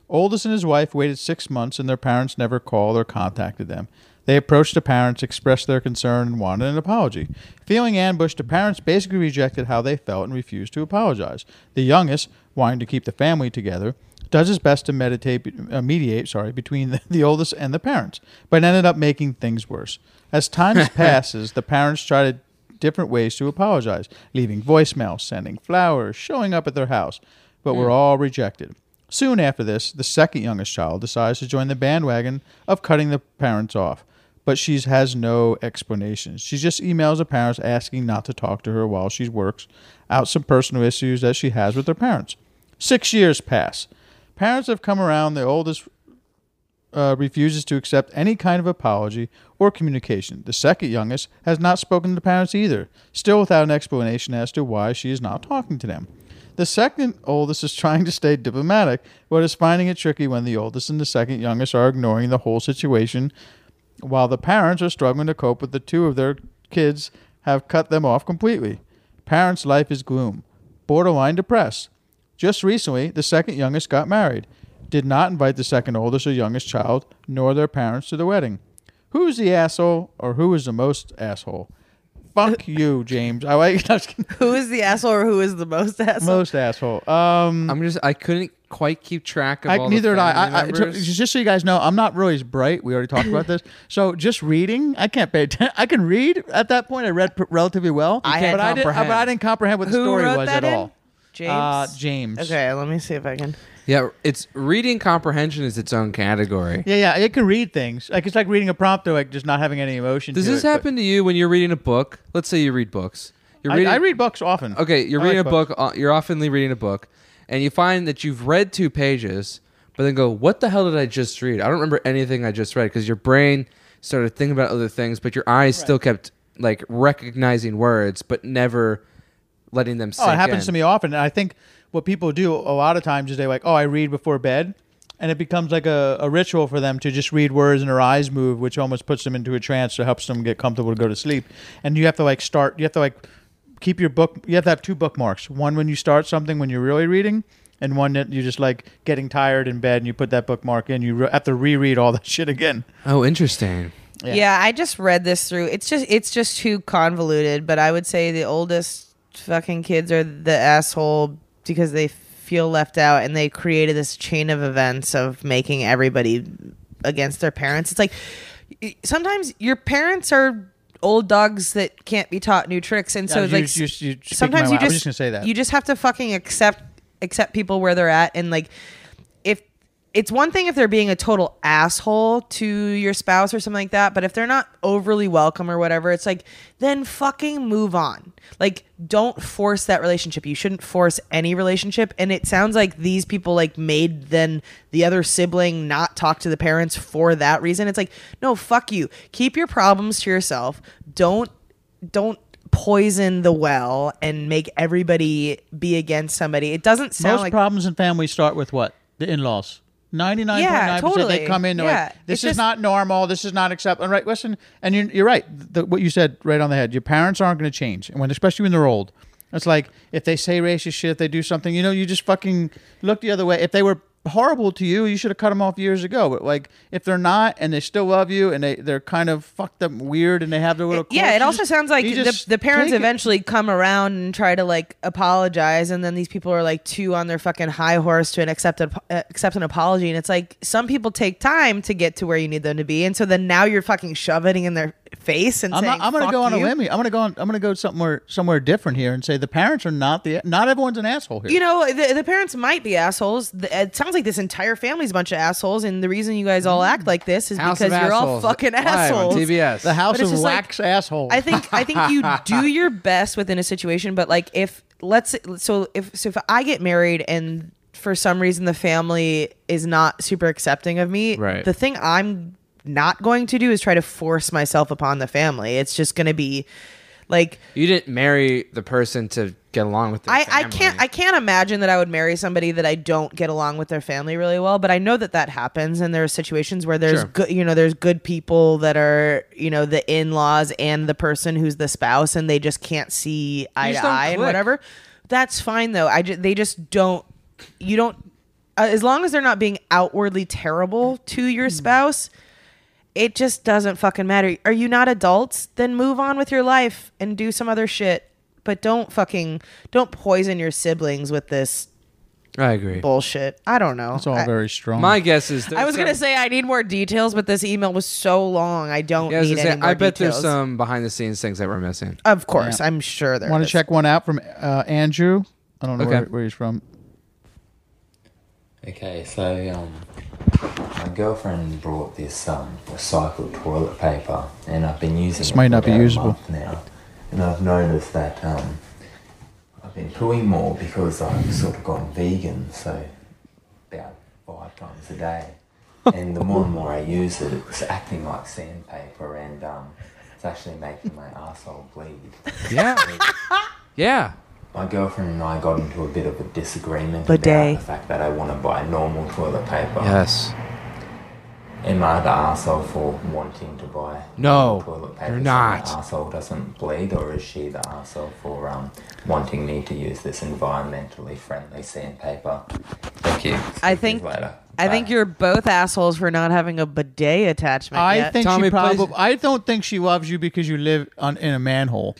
B: Oldest and his wife waited six months, and their parents never called or contacted them. They approached the parents, expressed their concern, and wanted an apology. Feeling ambushed, the parents basically rejected how they felt and refused to apologize. The youngest, wanting to keep the family together, does his best to meditate, uh, mediate sorry, between the, the oldest and the parents, but ended up making things worse. As time passes, the parents try to different ways to apologize, leaving voicemails, sending flowers, showing up at their house, but were all rejected. Soon after this, the second youngest child decides to join the bandwagon of cutting the parents off, but she has no explanation. She just emails the parents asking not to talk to her while she works out some personal issues that she has with her parents. Six years pass. Parents have come around. The oldest uh, refuses to accept any kind of apology or communication. The second youngest has not spoken to the parents either, still without an explanation as to why she is not talking to them. The second oldest is trying to stay diplomatic, but is finding it tricky when the oldest and the second youngest are ignoring the whole situation, while the parents are struggling to cope with the two of their kids have cut them off completely. Parents' life is gloom, borderline depressed. Just recently, the second youngest got married, did not invite the second oldest or youngest child, nor their parents to the wedding. Who's the asshole or who is the most asshole? Fuck you, James. I like
F: Who is the asshole or who is the most asshole?
B: most asshole. Um,
C: I'm just. I couldn't quite keep track of.
B: I,
C: all
B: neither
C: the
B: did I.
C: family
B: I, I so-
C: members.
B: just so you guys know, I'm not really as bright. We already talked about this. So just reading, I can't pay attention. I can read at that point. I read pr- relatively well,
F: I can't
B: but I didn't.
C: comprehend.
B: But I didn't comprehend what the
F: Who
B: story
F: wrote
B: was
F: that
B: at
F: in?
B: all.
F: James.
B: Uh, James.
F: Okay, let me see if I can.
C: yeah, it's reading comprehension is its own category.
B: Yeah, yeah. It can read things. Like it's like reading a prompt, or like just not having any emotion.
C: Does
B: to
C: this
B: it, but-
C: happen to you when you're reading a book? Let's say you read books. You're
B: I, I read books often.
C: Okay, you're
B: I
C: reading
B: like
C: a
B: books.
C: book. uh, You're oftenly reading a book, and you find that you've read two pages, but then go, "What the hell did I just read? I don't remember anything I just read." Because your brain started thinking about other things, but your eyes still kept like recognizing words, but never letting them.
B: Oh, it happens to me often. And I think what people do a lot of times is they like, oh, I read before bed. And it becomes like a, a ritual for them to just read words and their eyes move, which almost puts them into a trance or helps them get comfortable to go to sleep. And you have to like start, you have to like keep your book, you have to have two bookmarks one when you start something when you're really reading, and one that you're just like getting tired in bed and you put that bookmark in. You re- have to reread all that shit again.
C: Oh, interesting.
F: Yeah. I just read this through. It's just it's just too convoluted, but I would say the oldest fucking kids are the asshole because they feel left out and they created this chain of events of making everybody against their parents. It's like y- sometimes your parents are old dogs that can't be taught new tricks and so
B: Yeah,
F: it's
B: you-
F: like
B: you- you speak
F: sometimes
B: my
F: you
B: mind.
F: just,
B: I was just gonna say that.
F: you just have to fucking accept accept people where they're at and like if it's one thing if they're being a total asshole to your spouse or something like that, but if they're not overly welcome or whatever, it's like then fucking move on. Like don't force that relationship. You shouldn't force any relationship. And it sounds like these people like made then the other sibling not talk to the parents for that reason. It's like, no, fuck you. Keep your problems to yourself. Don't don't poison the well and make everybody be against somebody. It doesn't sound
B: Most
F: like
B: problems in families start with what? The in laws. 99.9%
F: Yeah,
B: they
F: totally.
B: come in they're
F: Yeah,
B: like, this
F: it's
B: is
F: just-
B: not normal. This is not acceptable. Right. Listen, and you're, you're right. The, what you said right on the head. Your parents aren't going to change. And when, especially when they're old, it's like if they say racist shit, they do something, you know, you just fucking look the other way. If they were horrible to you, you should have cut them off years ago. But like if they're not and they still love you and they, they're kind of fucked up and weird and they have their little.
F: yeah
B: quirks,
F: it
B: you
F: also
B: just-
F: sounds like
B: you
F: the,
B: just
F: the parents
B: take it.
F: eventually come around and try to like apologize and then these people are like too on their fucking high horse to an accept, uh, accept an apology and it's like some people take time to get to where you need them to be and so then now you're fucking shoving in their face and
B: I'm,
F: saying
B: not, I'm gonna
F: "Fuck
B: go on
F: you."
B: a limb. here. I'm gonna go. On, I'm gonna go somewhere somewhere different here and say the parents are not the not everyone's an asshole here.
F: you know the, the parents might be assholes The- it sounds like this entire family's a bunch of assholes and the reason you guys all act like this is
C: Mm. House
F: because
C: of
F: you're all
C: Assholes,
F: fucking
C: live on
F: assholes
C: TBS.
B: the house
F: but it's
B: of
F: just like-
B: wax assholes.
F: I think I think you do your best within a situation, but like if let's so if so if I get married and for some reason the family is not super accepting of me,
C: Right.
F: the thing I'm not going to do is try to force myself upon the family. It's just going to be like
C: You didn't marry the person to get along with. Their
F: I, I can't I
C: family.
F: can't imagine that I would marry somebody that I don't get along with their family really well, but I know that that happens and there are situations where there's
C: Sure.
F: good you know there's good people that are you know the in-laws and the person who's the spouse and they just can't see eye
C: just
F: to
C: don't
F: eye and
C: click.
F: whatever. That's fine though. I ju- they just don't you don't uh, as long as they're not being outwardly terrible to your
C: Mm.
F: spouse it just doesn't fucking matter. Are you not adults? Then move on with your life and do some other shit. But don't fucking don't poison your siblings with this
C: I agree.
F: bullshit. I don't know.
B: it's all
F: I,
B: very strong.
C: My guess is
F: I was gonna say I need more details, but this email was so long. I don't
C: Yeah, I, was
F: need
C: gonna say,
F: any more
C: I bet
F: details.
C: there's some behind the scenes things that we're missing.
F: Of course, I'm sure there.
B: want to
F: is.
B: check one out from uh, Andrew. I don't know
C: Okay.
B: where, where he's from.
K: Okay, so um, my girlfriend brought this um, recycled toilet paper, and I've been using
B: This
K: it
B: might
K: for
B: not be
K: about a
B: usable.
K: month now, and I've noticed that um, I've been pooing more because I've sort of gone vegan, so about five times a day, and the more and more I use it, it's acting like sandpaper, and um, it's actually making my asshole bleed.
C: Yeah, yeah.
K: My girlfriend and I got into a bit of a disagreement
F: Bidet.
K: about the fact that I want to buy normal toilet paper.
C: Yes.
K: and my other arsehole for wanting to buy
C: No,
K: toilet
C: you're
K: paper.
C: not.
K: So my arsehole doesn't bleed, or is she the arsehole for um, wanting me to use this environmentally friendly sandpaper? Thank you.
F: I think
K: Later.
F: I think you're both assholes for not having a bidet attachment.
B: I
F: yet.
B: think she probably. I don't think she loves you because you live on in a manhole.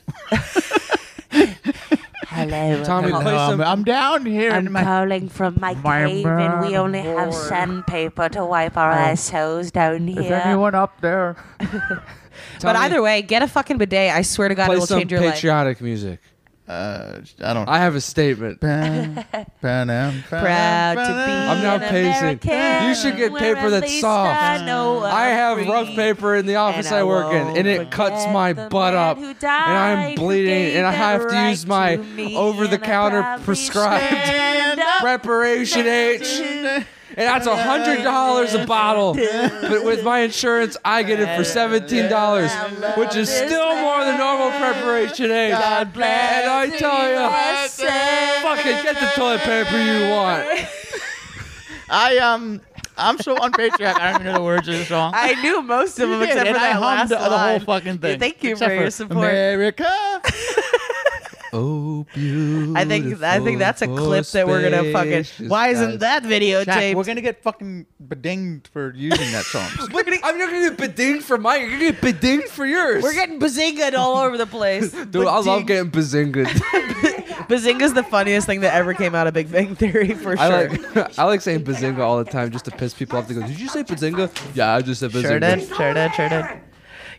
L: Hello,
B: Tommy,
L: I'm,
B: play
F: um,
B: No, some- Um, I'm- down here.
L: I'm calling from my, cave, and we only have sandpaper to wipe our
B: Oh.
L: assholes down here.
B: up there?
F: but either way, get a fucking bidet. I swear to God, it
C: Play
F: will
C: some
F: change your life.
C: patriotic music.
B: Uh, I don't.
C: I have a statement.
F: Proud to be
C: I'm now
F: an
C: pacing.
F: American.
C: You should get
F: Where
C: paper
F: at
C: that's
F: least
C: soft.
F: I know
C: I
F: I'm
C: have
F: free,
C: rough paper in the office
F: and
C: I
F: I
C: work in,
F: won't
C: and it cuts my butt up, and I'm bleeding, and I have to use my over-the-counter prescribed preparation H. And that's a hundred dollars a bottle, but with my insurance, I get it for seventeen dollars, which is still more than normal preparation H.
D: God bless
C: and I tell you,
D: USA.
C: fucking get the toilet paper you want.
B: I um, I'm so unpatriotic. I don't even know the words of the song.
F: I knew most of
B: You
F: them
B: did,
F: except for
B: and I
F: that
B: hummed
F: last
B: the, the whole
F: line.
B: fucking thing.
F: Thank you
B: except
F: for your support.
B: America.
C: oh, beautiful.
F: I think I think that's a clip that we're gonna fucking. Why isn't that
B: Jack,
F: videotaped?
B: we're gonna get fucking bedinged for using that song.
C: We're gonna- I'm not gonna get bedinged for mine. You're gonna get bedinged for yours.
F: We're getting bazingaed all over the place.
C: Dude, I love getting bazingaed.
F: Bazinga's the funniest thing that ever came out of Big Bang Theory for sure.
C: I like I like saying bazinga all the time just to piss people off. They go, "Did you say bazinga?" Yeah, I just said bazinga.
F: Sure did. Sure did. Sure did.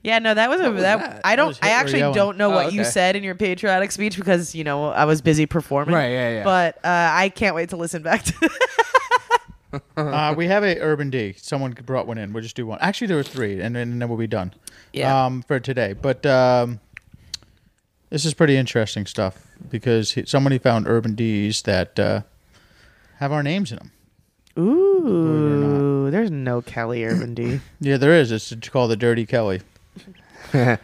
F: Yeah, no, that was a that. I don't. I
C: Hitler
F: actually
C: yelling.
F: don't know
C: Oh,
F: what you
C: okay.
F: said in your patriotic speech because you know I was busy performing.
B: Right, yeah, yeah.
F: But uh, I can't wait to listen back to.
B: uh, we have a Urban D. Someone brought one in. We'll just do one. Actually, there were three, and, then- and then we'll be done.
F: Yeah.
B: Um, for today, but um, this is pretty interesting stuff because he, somebody found Urban D's that uh, have our names in them.
F: Ooh, there's no Kelly Urban D.
B: Yeah, there is. It's called the Dirty Kelly.
C: Wait,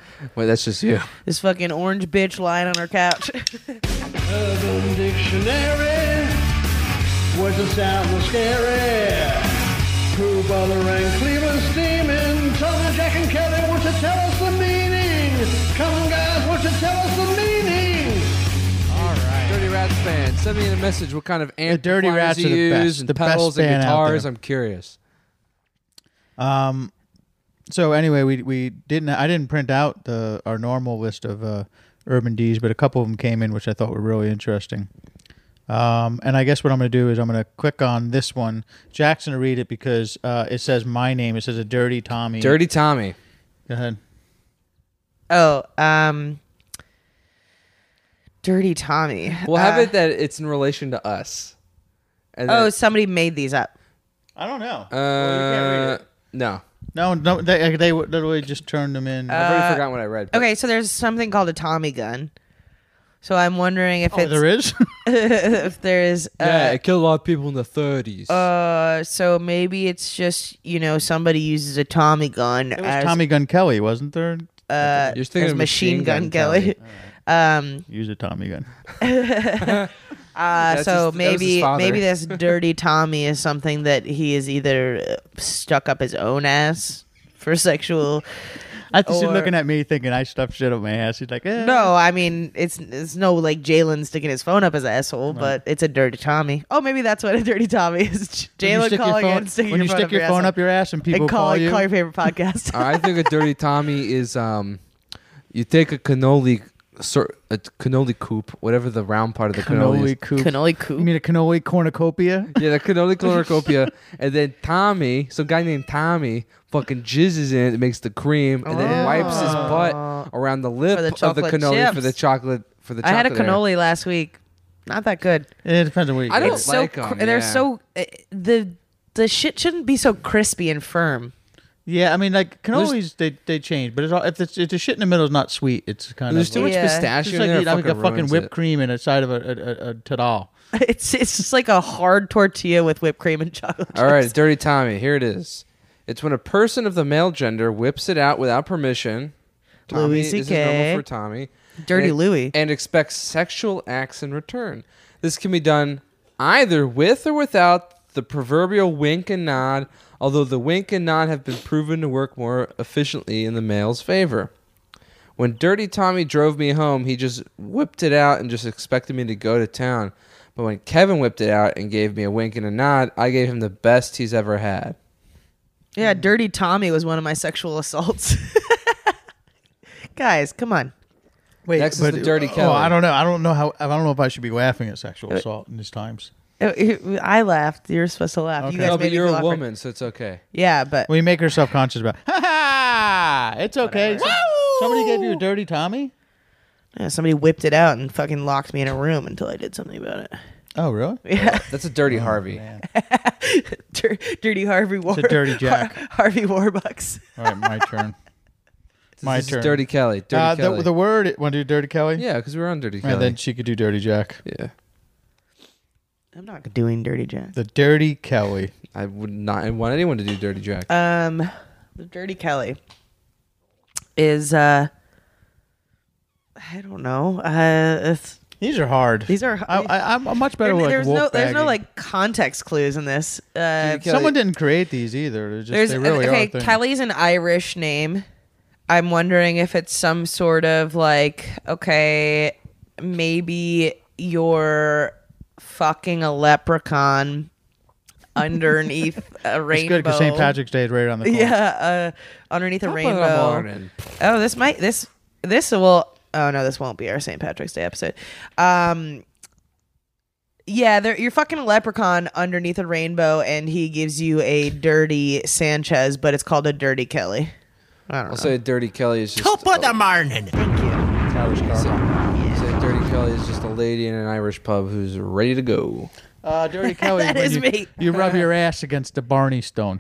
C: that's just you.
F: this fucking orange bitch lying on her couch.
D: Urban Dictionary. Words that sound were scary. Who bother and Cleveland steaming? Tom, Jack, and Kelly want to tell us the meaning. Come on, guys, want to tell us the meaning?
C: All right. Dirty Rats band. Send me in a message what kind of amplifiers
B: Dirty Rats
C: you
B: are the
C: use
B: best.
C: and
B: The best
C: pedals and
B: band out
C: guitars.
B: there.
C: I'm curious.
B: Um. So anyway, we we didn't. I didn't print out the our normal list of uh, urban D's, but a couple of them came in, which I thought were really interesting. Um, and I guess what I'm going to do is I'm going to click on this one. Jack's going to read it because uh, it says my name. It says a dirty Tommy.
C: Dirty Tommy.
B: Go ahead.
F: oh, um, Dirty Tommy.
C: Well, how
F: Uh,
C: about that it's in relation to us? And
F: Oh,
C: that-
F: somebody made these up.
B: I don't know.
C: uh, no.
B: No, no, they they literally just turned them in.
F: I've already Uh, forgotten
C: what I read.
F: Okay, so there's something called a Tommy gun. So I'm wondering if
B: Oh,
F: it's
B: there is?
F: if there is. Uh,
C: yeah, it killed a lot of people in the 30s.
F: Uh, so maybe it's just you know somebody uses a Tommy gun
B: It was
F: as
B: Tommy Gun Kelly, wasn't there?
F: uh
B: You're thinking
F: as
B: of
F: machine,
B: Machine
F: gun,
B: Gun
F: Kelly.
B: Kelly.
F: Um,
B: Use a Tommy gun.
F: uh,
B: That's
F: so
B: his- that was his
F: maybe
B: father.
F: maybe this dirty Tommy is something that he is either uh, stuck up his own ass for sexual.
B: I think she's
F: or-
B: looking at me thinking I stuffed shit up my ass. She's like, eh.
F: No, I mean it's it's no like Jalen sticking his phone up his asshole, but it's a dirty Tommy. Oh, maybe that's what a dirty Tommy is.
B: When you
F: Jalen
B: stick your
F: calling
B: phone-
F: and sticking
B: when
F: your
B: you
F: phone
B: stick
F: up
B: your
F: your
B: phone
F: asshole.
B: up your ass and people
F: and call,
B: call you.
F: call your favorite podcast.
C: I think a dirty Tommy is um, you take a cannoli, sort a cannoli coop, whatever the round part of the cannoli, is.
B: cannoli coop. Cannoli
F: coop.
B: You mean a cannoli cornucopia?
C: Yeah, the cannoli cornucopia, and then Tommy, some guy named Tommy, fucking jizzes in it, makes the cream, and then wipes his butt around the lip
F: Oh. the
C: of the
F: chocolate
C: cannoli for
F: chips.
C: the chocolate for the.
F: I
C: Chocolate
F: had a
C: area.
F: cannoli last week. Not that good.
B: It depends on what you
C: I don't
F: It's
C: like
F: so
C: 'em,
F: cr- They're
C: yeah.
F: so uh, the the shit shouldn't be so crispy and firm.
B: Yeah, I mean, like cannolis, they they change, but it's all, if, it's, if the shit in the middle is not sweet, it's kind
C: There's
B: of
C: too much Yeah. pistachio
B: It's
C: in
B: like
C: there, it
B: eating, like
C: fucking
B: a fucking
C: ruins
B: whipped
C: it.
B: cream and a side of a a, a, a tadal.
F: It's it's just like a hard tortilla with whipped cream and chocolate.
C: All right, dirty Tommy. Here it is. It's when a person of the male gender whips it out without permission. Tommy,
F: Louis
C: this is
F: CK.
C: normal for Tommy.
F: Dirty
C: and
F: Louis.
C: And expects sexual acts in return. This can be done either with or without the proverbial wink and nod, although the wink and nod have been proven to work more efficiently in the male's favor. When Dirty Tommy drove me home, he just whipped it out and just expected me to go to town. But when Kevin whipped it out and gave me a wink and a nod, I gave him the best he's ever had.
F: Yeah, Dirty Tommy was one of my sexual assaults. Guys, come on.
B: Wait,
C: Next is the Dirty
B: oh,
C: Kelly.
B: I don't know. I don't know how. I don't know if I should be laughing at sexual assault in these times.
F: Oh, I laughed. You're supposed to laugh. You guys
C: no,
F: made
C: but
F: me
C: you're
F: feel
C: a
F: awkward.
C: woman, so it's okay.
F: Yeah, but
B: we make her self conscious about. Ha ha! It's okay. Somebody gave you a dirty Tommy.
F: Yeah, somebody whipped it out and fucking locked me in a room until I did something about it.
B: Oh, really?
F: Yeah.
C: That's a dirty Harvey.
F: Dir- dirty Harvey War.
B: a dirty Jack.
F: Har- Harvey Warbucks.
B: All right, my turn. My
C: This is
B: turn.
C: Dirty Kelly. Dirty
B: uh,
C: Kelly.
B: The, the word. Want to do Dirty Kelly?
C: yeah, because we were on Dirty Kelly.
B: And then she could do Dirty Jack.
C: yeah,
F: I'm not doing Dirty Jack.
B: The Dirty Kelly.
C: I would not want anyone to do Dirty Jack.
B: Uh,
F: Um, the Dirty Kelly is uh, I don't know. Uh, it's,
B: These are hard.
F: these are
B: I, I, I'm I'm much better with like,
F: there's no there's no
B: wolf-bagging.
F: like context clues in this. Uh,
C: Dirty Kelly.
B: Someone didn't create these either. They're just,
F: there's
B: they really
F: okay.
B: are. things.
F: Kelly's an Irish name. I'm wondering if it's some sort of like okay, maybe you're fucking a leprechaun underneath a
B: It's
F: rainbow.
B: good because St. Patrick's Day is right around the corner.
F: Yeah, uh, underneath a
C: Top of the
F: rainbow.
C: morning.
F: Oh, this might this this will. Oh no, this won't be our St. Patrick's Day episode. Um, yeah, there, you're fucking a leprechaun underneath a rainbow, and he gives you a dirty Sanchez, but it's called a dirty Kelly. I don't
C: I'll
F: know.
C: say Dirty Kelly is just
A: the morning.
C: I'll say Dirty Kelly is just a lady in an Irish pub who's ready to go.
B: Uh, Dirty Kelly.
F: That
B: when
F: is
B: you,
F: me.
B: You rub your ass against the Barney Stone.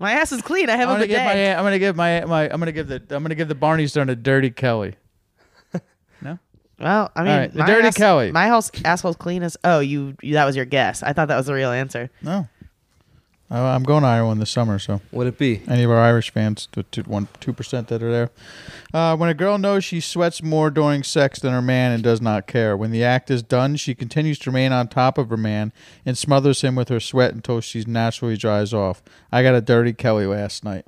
F: my ass is clean. I have
B: I'm
F: a
B: gonna give
F: bidet.
B: my. I'm gonna give my. my I'm gonna give the. I'm gonna give the Barney Stone a Dirty Kelly.
F: well, I mean,
B: All right, the
F: my
B: dirty
F: ass-
B: Kelly.
F: My house asshole's clean as. Oh, you, you. That was your guess. I thought that was the real answer.
B: No. I- I'm going to Ireland this summer, so
C: Would it be?
B: any of our Irish fans, the two, one, two percent that are there. Uh, when a girl knows she sweats more during sex than her man and does not care, when the act is done, she continues to remain on top of her man and smothers him with her sweat until she naturally dries off. I got a dirty Kelly last night.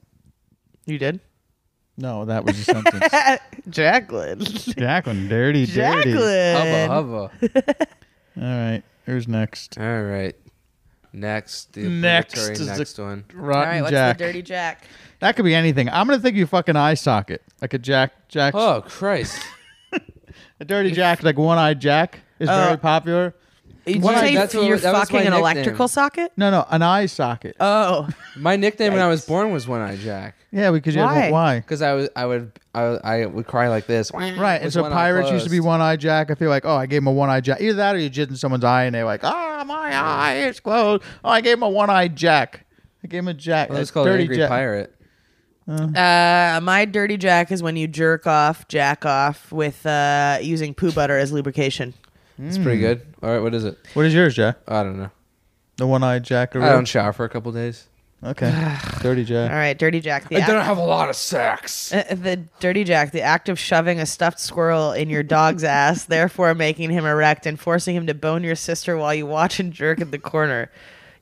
F: You did,
B: No, that was a sentence.
F: Jacqueline.
B: Jacqueline, dirty, dirty.
C: Hubba
F: Jacqueline.
C: hubba.
B: All right, who's next?
C: All right. Next, the
B: Next
C: next,
B: is the-
C: next one.
F: All
B: Rotten
F: right, what's
B: Jack.
F: the dirty Jack?
B: that could be anything. I'm gonna think you fucking eye socket, like a Jack, Jack.
C: Oh Christ!
B: A dirty Jack, like one eyed Jack, is
F: Uh,
B: very popular.
F: Did
C: Why?
F: you say
C: That's what-
F: you're
C: that was
F: fucking
C: my
F: an
C: nickname.
F: electrical socket?
B: No, no, an eye socket.
F: Oh,
C: My nickname when I was born was One Eye Jack
B: yeah, because you
F: Why?
B: have why?
C: because I was I would I, I would cry like this.
B: Right, and
C: with
B: so
C: one eye
B: pirates used to be
C: closed.
B: one eyed Jack. I feel like, oh, I gave him a one eyed Jack. Either that, or you jizz in someone's eye, and they're like, ah, my eye is closed. Oh, I gave him a one eyed Jack. I gave him a Jack.
C: Well,
B: a
C: it's called
B: dirty
C: Angry
B: Jack.
C: Pirate.
F: uh, my dirty Jack is when you jerk off, jack off with uh, using poo butter as lubrication.
C: It's pretty good. All right, what is it?
B: What is yours, Jack?
C: I don't know.
B: The one eyed Jack. Or
C: I don't shower for a couple days.
B: okay, dirty
F: All
B: Jack.
F: right, dirty Jack. The,
C: I don't
F: act,
C: have a lot of sex.
F: uh, the dirty Jack, the act of shoving a stuffed squirrel in your dog's ass, therefore making him erect and forcing him to bone your sister while you watch and jerk in the corner.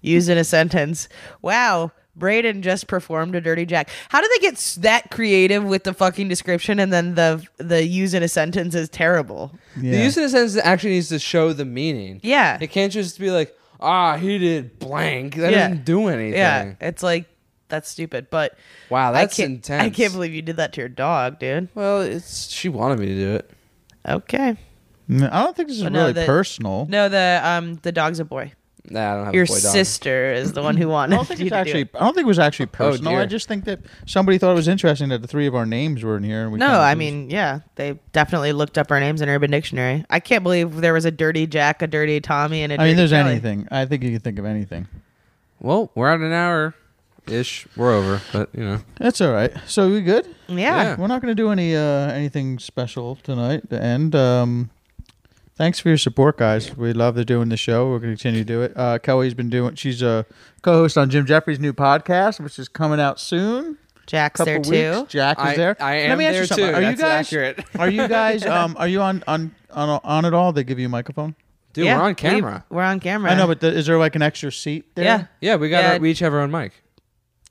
F: Used in a sentence. Wow. Braden just performed a dirty jack. How did they get s- that creative with the fucking description and then the the use in a sentence is terrible?
C: The
B: Yeah.
C: use in a sentence actually needs to show the meaning.
F: Yeah.
C: It can't just be like, ah, he did blank. That
F: Yeah.
C: doesn't do anything.
F: Yeah, it's like that's stupid. But
C: Wow, that's
F: I can't,
C: intense.
F: I can't believe you did that to your dog, dude.
C: Well, it's she wanted me to do it.
F: Okay.
B: No, I don't think this is
F: Well, no,
B: really
F: the-
B: personal.
F: No, the um the dog's a boy.
C: Nah, I don't have
F: your
C: a boy dog.
F: sister is the one who wanted
B: I don't think
F: you
B: it's
F: to
B: actually.
F: do it.
B: I don't think it was actually personal.
C: Oh, dear.
B: I just think that somebody thought it was interesting that the three of our names were in here. And we
F: No,
B: kinda
F: I
B: used-
F: mean, yeah, they definitely looked up our names in Urban Dictionary. I can't believe there was a dirty Jack, a dirty Tommy, and a
B: I mean,
F: dirty
B: there's
F: Kelly.
B: anything. I think you can think of anything.
C: Well, we're at an hour ish. We're over, but you know.
B: That's all right. So we good?
F: Yeah.
C: Yeah.
B: We're not going to do any uh, anything special tonight. And um, thanks for your support, guys. We love the doing the show. We're going to continue to do it. Uh, Kelly's been doing. She's a co-host on Jim Jeffries' new podcast, which is coming out soon.
F: Jack's there
B: Couple
F: too.
B: weeks. Jack is
C: I-
B: there.
C: I
B: Let
C: am
B: me ask
C: there
B: you something.
C: too.
B: Are you
C: That's
B: guys
C: accurate.
B: are you guys um are you on on on on at all? They give you a microphone.
C: Dude,
F: Yeah,
C: we're
F: we-
C: on camera.
F: we're on camera.
B: I know, but the, is there like an extra seat there?
F: Yeah.
C: Yeah, we got.
F: Yeah.
C: Our, we each have our own mic.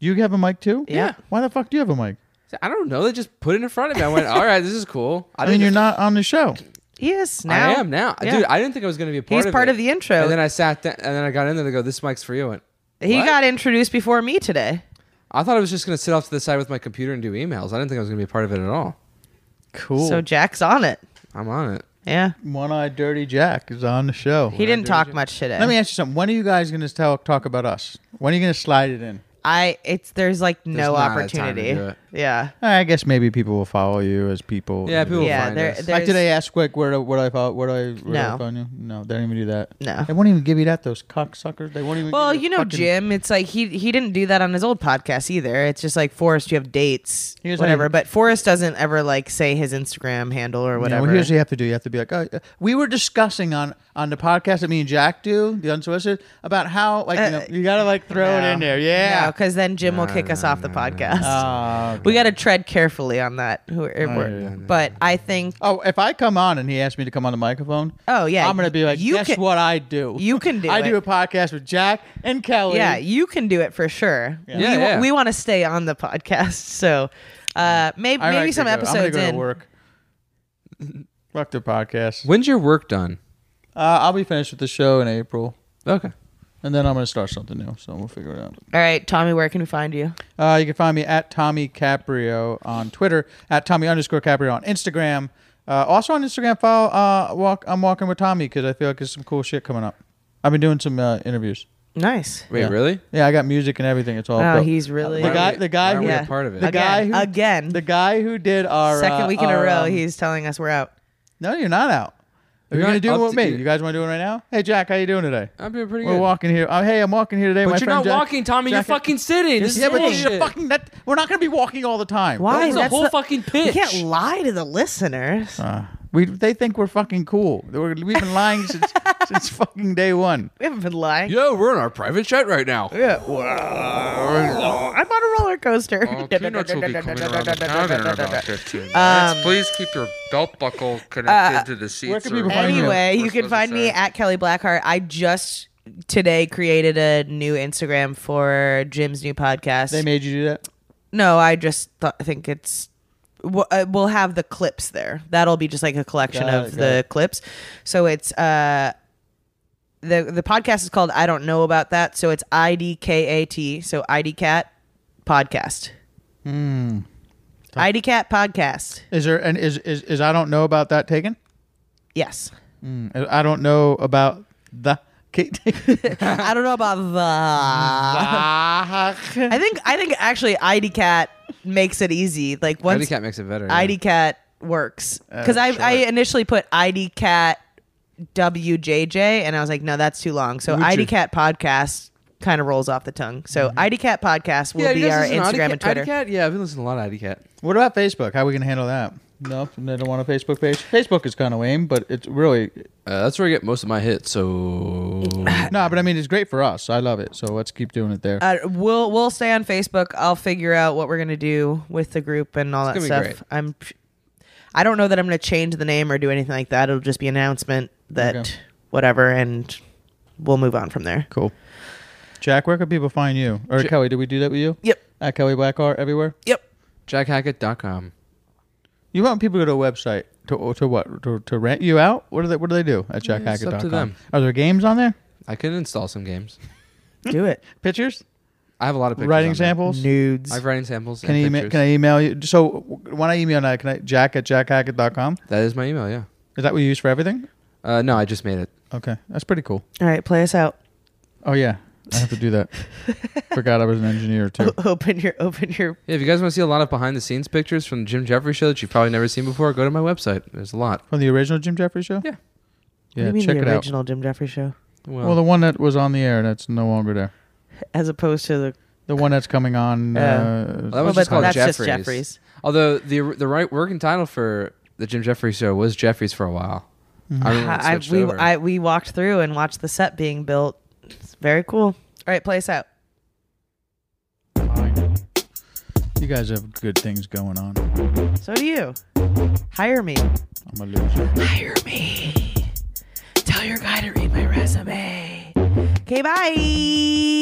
B: You have a mic too?
C: Yeah.
B: Why the fuck do you have a mic?
C: I don't know. They just put it in front of me. I went, all right, this is cool.
B: I mean, you're not on the show.
F: Yes,
C: I
F: now.
C: am now,
F: Yeah.
C: dude. I didn't think I was going to be a part
F: He's
C: of
F: part
C: it.
F: of the intro.
C: And then I sat down, and then I got in there to go. This mic's for you. I went.
F: He
C: "What?"
F: got introduced before me today.
C: I thought I was just going to sit off to the side with my computer and do emails. I didn't think I was going to be a part of it at all.
B: Cool.
F: So Jack's on it.
C: I'm on it.
F: Yeah.
B: One Eyed Dirty Jack is on the show.
F: He didn't talk much today.
B: Let me ask you something. When are you guys going to talk, talk about us? When are you going to slide it in?
F: I it's there's like no
C: not a time to
F: opportunity.
C: do it.
F: Yeah.
B: Uh, I guess maybe people will follow you as people.
C: Yeah, people will
F: Yeah,
C: find
F: there-
C: us.
F: there-
B: Like did I ask like where do, where do I follow where do I where do
F: No.
B: I find you? No, they don't even do that.
F: No.
B: they won't even give you that. Those cocksuckers. They won't even.
F: Well,
B: give
F: you know
B: fucking-
F: Jim, it's like he he didn't do that on his old podcast either. It's just like Forrest, you have dates,
B: Here's
F: whatever.
B: how you-
F: but Forrest doesn't ever like say his Instagram handle or
B: Yeah,
F: whatever.
B: well, here's what you have to do. You have to be like, oh, uh, we were discussing on on the podcast that me and Jack do, the unsolicited, about how like
F: Uh,
B: you, know, you gotta like throw it in there. Yeah.
F: because then Jim will kick us off the podcast.
B: Oh,
F: We got to tread carefully on that. Who, if we're-
B: yeah, yeah.
F: but I think.
B: Oh, if I come on and he asks me to come on the microphone,
F: Oh yeah,
B: I'm gonna be like,
F: you
B: guess
F: can-
B: what I do?
F: You can do
B: I
F: it.
B: do a podcast with Jack and Kelly.
F: Yeah, you can do it for sure. we,
C: Yeah, yeah.
F: we want to stay on the podcast, so uh, maybe
B: I
F: maybe
B: like
F: some
B: to go. I'm gonna
F: episodes
B: go
F: in.
B: to work. Fuck the podcast.
C: When's your work done?
B: Uh, I'll be finished with the show in April,
C: Okay.
B: and then I'm going to start something new. So we'll figure it out.
F: All right, Tommy, where can we find you?
B: Uh, you can find me at Tommy Caprio on Twitter, at Tommy underscore Caprio on Instagram. Uh, also on Instagram, follow uh, walk. I'm walking with Tommy because I feel like there's some cool shit coming up. I've been doing some uh, interviews.
F: Nice.
C: Wait,
B: Yeah.
C: really?
B: Yeah, I got music and everything. It's all.
F: Oh,
B: built.
F: he's really-
B: the
C: Why
B: guy.
C: aren't we-
B: The guy.
C: why aren't
B: Who,
C: we a
F: Yeah.
C: part of it?
B: The guy
F: Again,
B: who
F: again.
B: The guy who did our
F: Second
B: uh,
F: week in a
B: our,
F: row,
B: um,
F: he's telling us we're out.
B: No, you're not out. Are you
C: You're
B: gonna
C: not
B: do it
C: up
B: with
C: to-
B: me?
C: you-
B: You guys want to do it right now? Hey, Jack, how you doing today?
C: I'm doing pretty
B: We're
C: good.
B: walking here. Uh, hey, I'm walking here today. My
C: but you're
B: friend
C: not
B: Jack-
C: walking, Tommy.
B: Jack-
C: you're fucking sitting. This
B: yeah,
C: is
B: but
C: bullshit.
B: you're fucking. That, we're not going to be walking all the time.
F: Why?
C: That was the
F: That's
C: whole
F: the-
C: fucking pitch.
F: You can't lie to the listeners.
B: Uh, we they think we're fucking cool. We're, we've been lying since since fucking day one.
F: We haven't been lying.
C: Yo, we're in our private chat right now.
F: Yeah. Wow. I'm on a roller coaster.
C: Oh,
M: Peanuts Oh, will be coming around the town in about 15 minutes.
F: Um,
M: Please keep your belt buckle connected
F: uh,
M: to the seats.
B: where can
M: or
B: people find
F: anyway,
M: We're
F: you
M: supposed
F: can
M: to
F: find me
M: say.
F: at Kelly Blackheart. I just today created a new Instagram for Jim's new podcast.
B: They made you do that.
F: no, I just th- think it's. w- uh, We'll have the clips there. That'll be just like a collection
B: Got it,
F: of
B: got
F: the
B: it.
F: clips. So it's uh, the the podcast is called I don't know about that. So it's I D K A T. So ID Cat podcast. Hmm. ID Cat podcast.
B: Is there and is is, is I don't know about that taken?
F: Yes.
B: Mm, I don't know about the.
F: I don't know about the.
C: Ah,
F: I think I think actually ID Cat makes it easy. Like once
C: ID Cat makes it better. yeah. Uh,
F: ID Cat works because I, I initially put ID Cat WJJ and I was like, no, that's too long. So
B: Would
F: ID
B: you-
F: Cat podcast kind of rolls off the tongue. So
C: Mm-hmm.
F: ID Cat podcast will
C: Yeah, you
F: be
C: guys
F: our
C: listen to
F: Instagram
C: IDCat?
F: and Twitter.
C: IDCat? Yeah, I've been listening to a lot of IDCat.
B: What about Facebook? How are we gonna handle that? No, they don't want a Facebook page. Facebook is kind of lame, but it's really
C: Uh, that's where I get most of my hits. So
F: Ah.
B: no. But I mean, it's great for us. I love it. So let's keep doing it there.
F: Uh, we'll we'll stay on Facebook. I'll figure out what we're gonna do with the group and all that
C: It's
F: stuff.
C: gonna be
F: I'm. I don't know that I'm gonna change the name or do anything like that. It'll just be announcement that
B: Okay.
F: whatever, and we'll move on from there.
B: cool. Jack, where can people find you? Or Kelly, did we do that with you?
F: Yep.
B: At Kelly Blackheart everywhere.
F: Yep.
C: jackhackett.com.
B: You want people to go to a website to to what to, to rent you out? What do they What do they do at
C: Yeah, Mm, it's
B: jackhackett.com?
C: up to them.
B: Are there games on there?
C: I can install some games. Hmm.
F: Do it.
B: Pictures?
C: I have a lot of pictures.
B: writing
C: on there.
B: samples?
F: Nudes.
C: I have writing samples.
B: Can I
C: and
B: email?
C: pictures.
B: Can I email you? So w- when I email now, can I jack at jackhackett.com?
C: That is my email. Yeah.
B: Is that what you use for everything?
C: Uh, no, I just made it.
B: Okay, that's pretty cool.
F: All right, play us out.
B: Oh yeah, I have to do that. Forgot I was an engineer too.
F: Open your open your
C: Yeah, if you guys want to see a lot of behind the scenes pictures from the Jim Jeffrey show that you've probably never seen before, go to my website. There's a lot.
B: From the original Jim Jeffries show.
C: Yeah.
F: What do
B: Yeah,
F: you mean
B: check it
F: the
B: out.
F: original Jim Jeffries show,
C: Well,
B: Well, the one that was on the air that's no longer there.
F: as opposed to the.
B: The one that's coming on.
F: Yeah.
B: Uh,
C: that was
F: Well,
C: just
F: but
C: called
F: that's just
C: Jeffries.
F: Jeffries.
C: Although the the right working title for the Jim Jeffrey show was Jeffries for a while.
B: Mm-hmm.
C: I remember when it
F: I,
C: switched
F: we
C: over.
F: I, we walked through and watched the set being built. It's very cool. All right, play us out.
B: you guys have good things going on.
F: So do you. Hire me.
B: I'm a loser.
F: Hire me. tell your guy to read my resume. Okay, bye.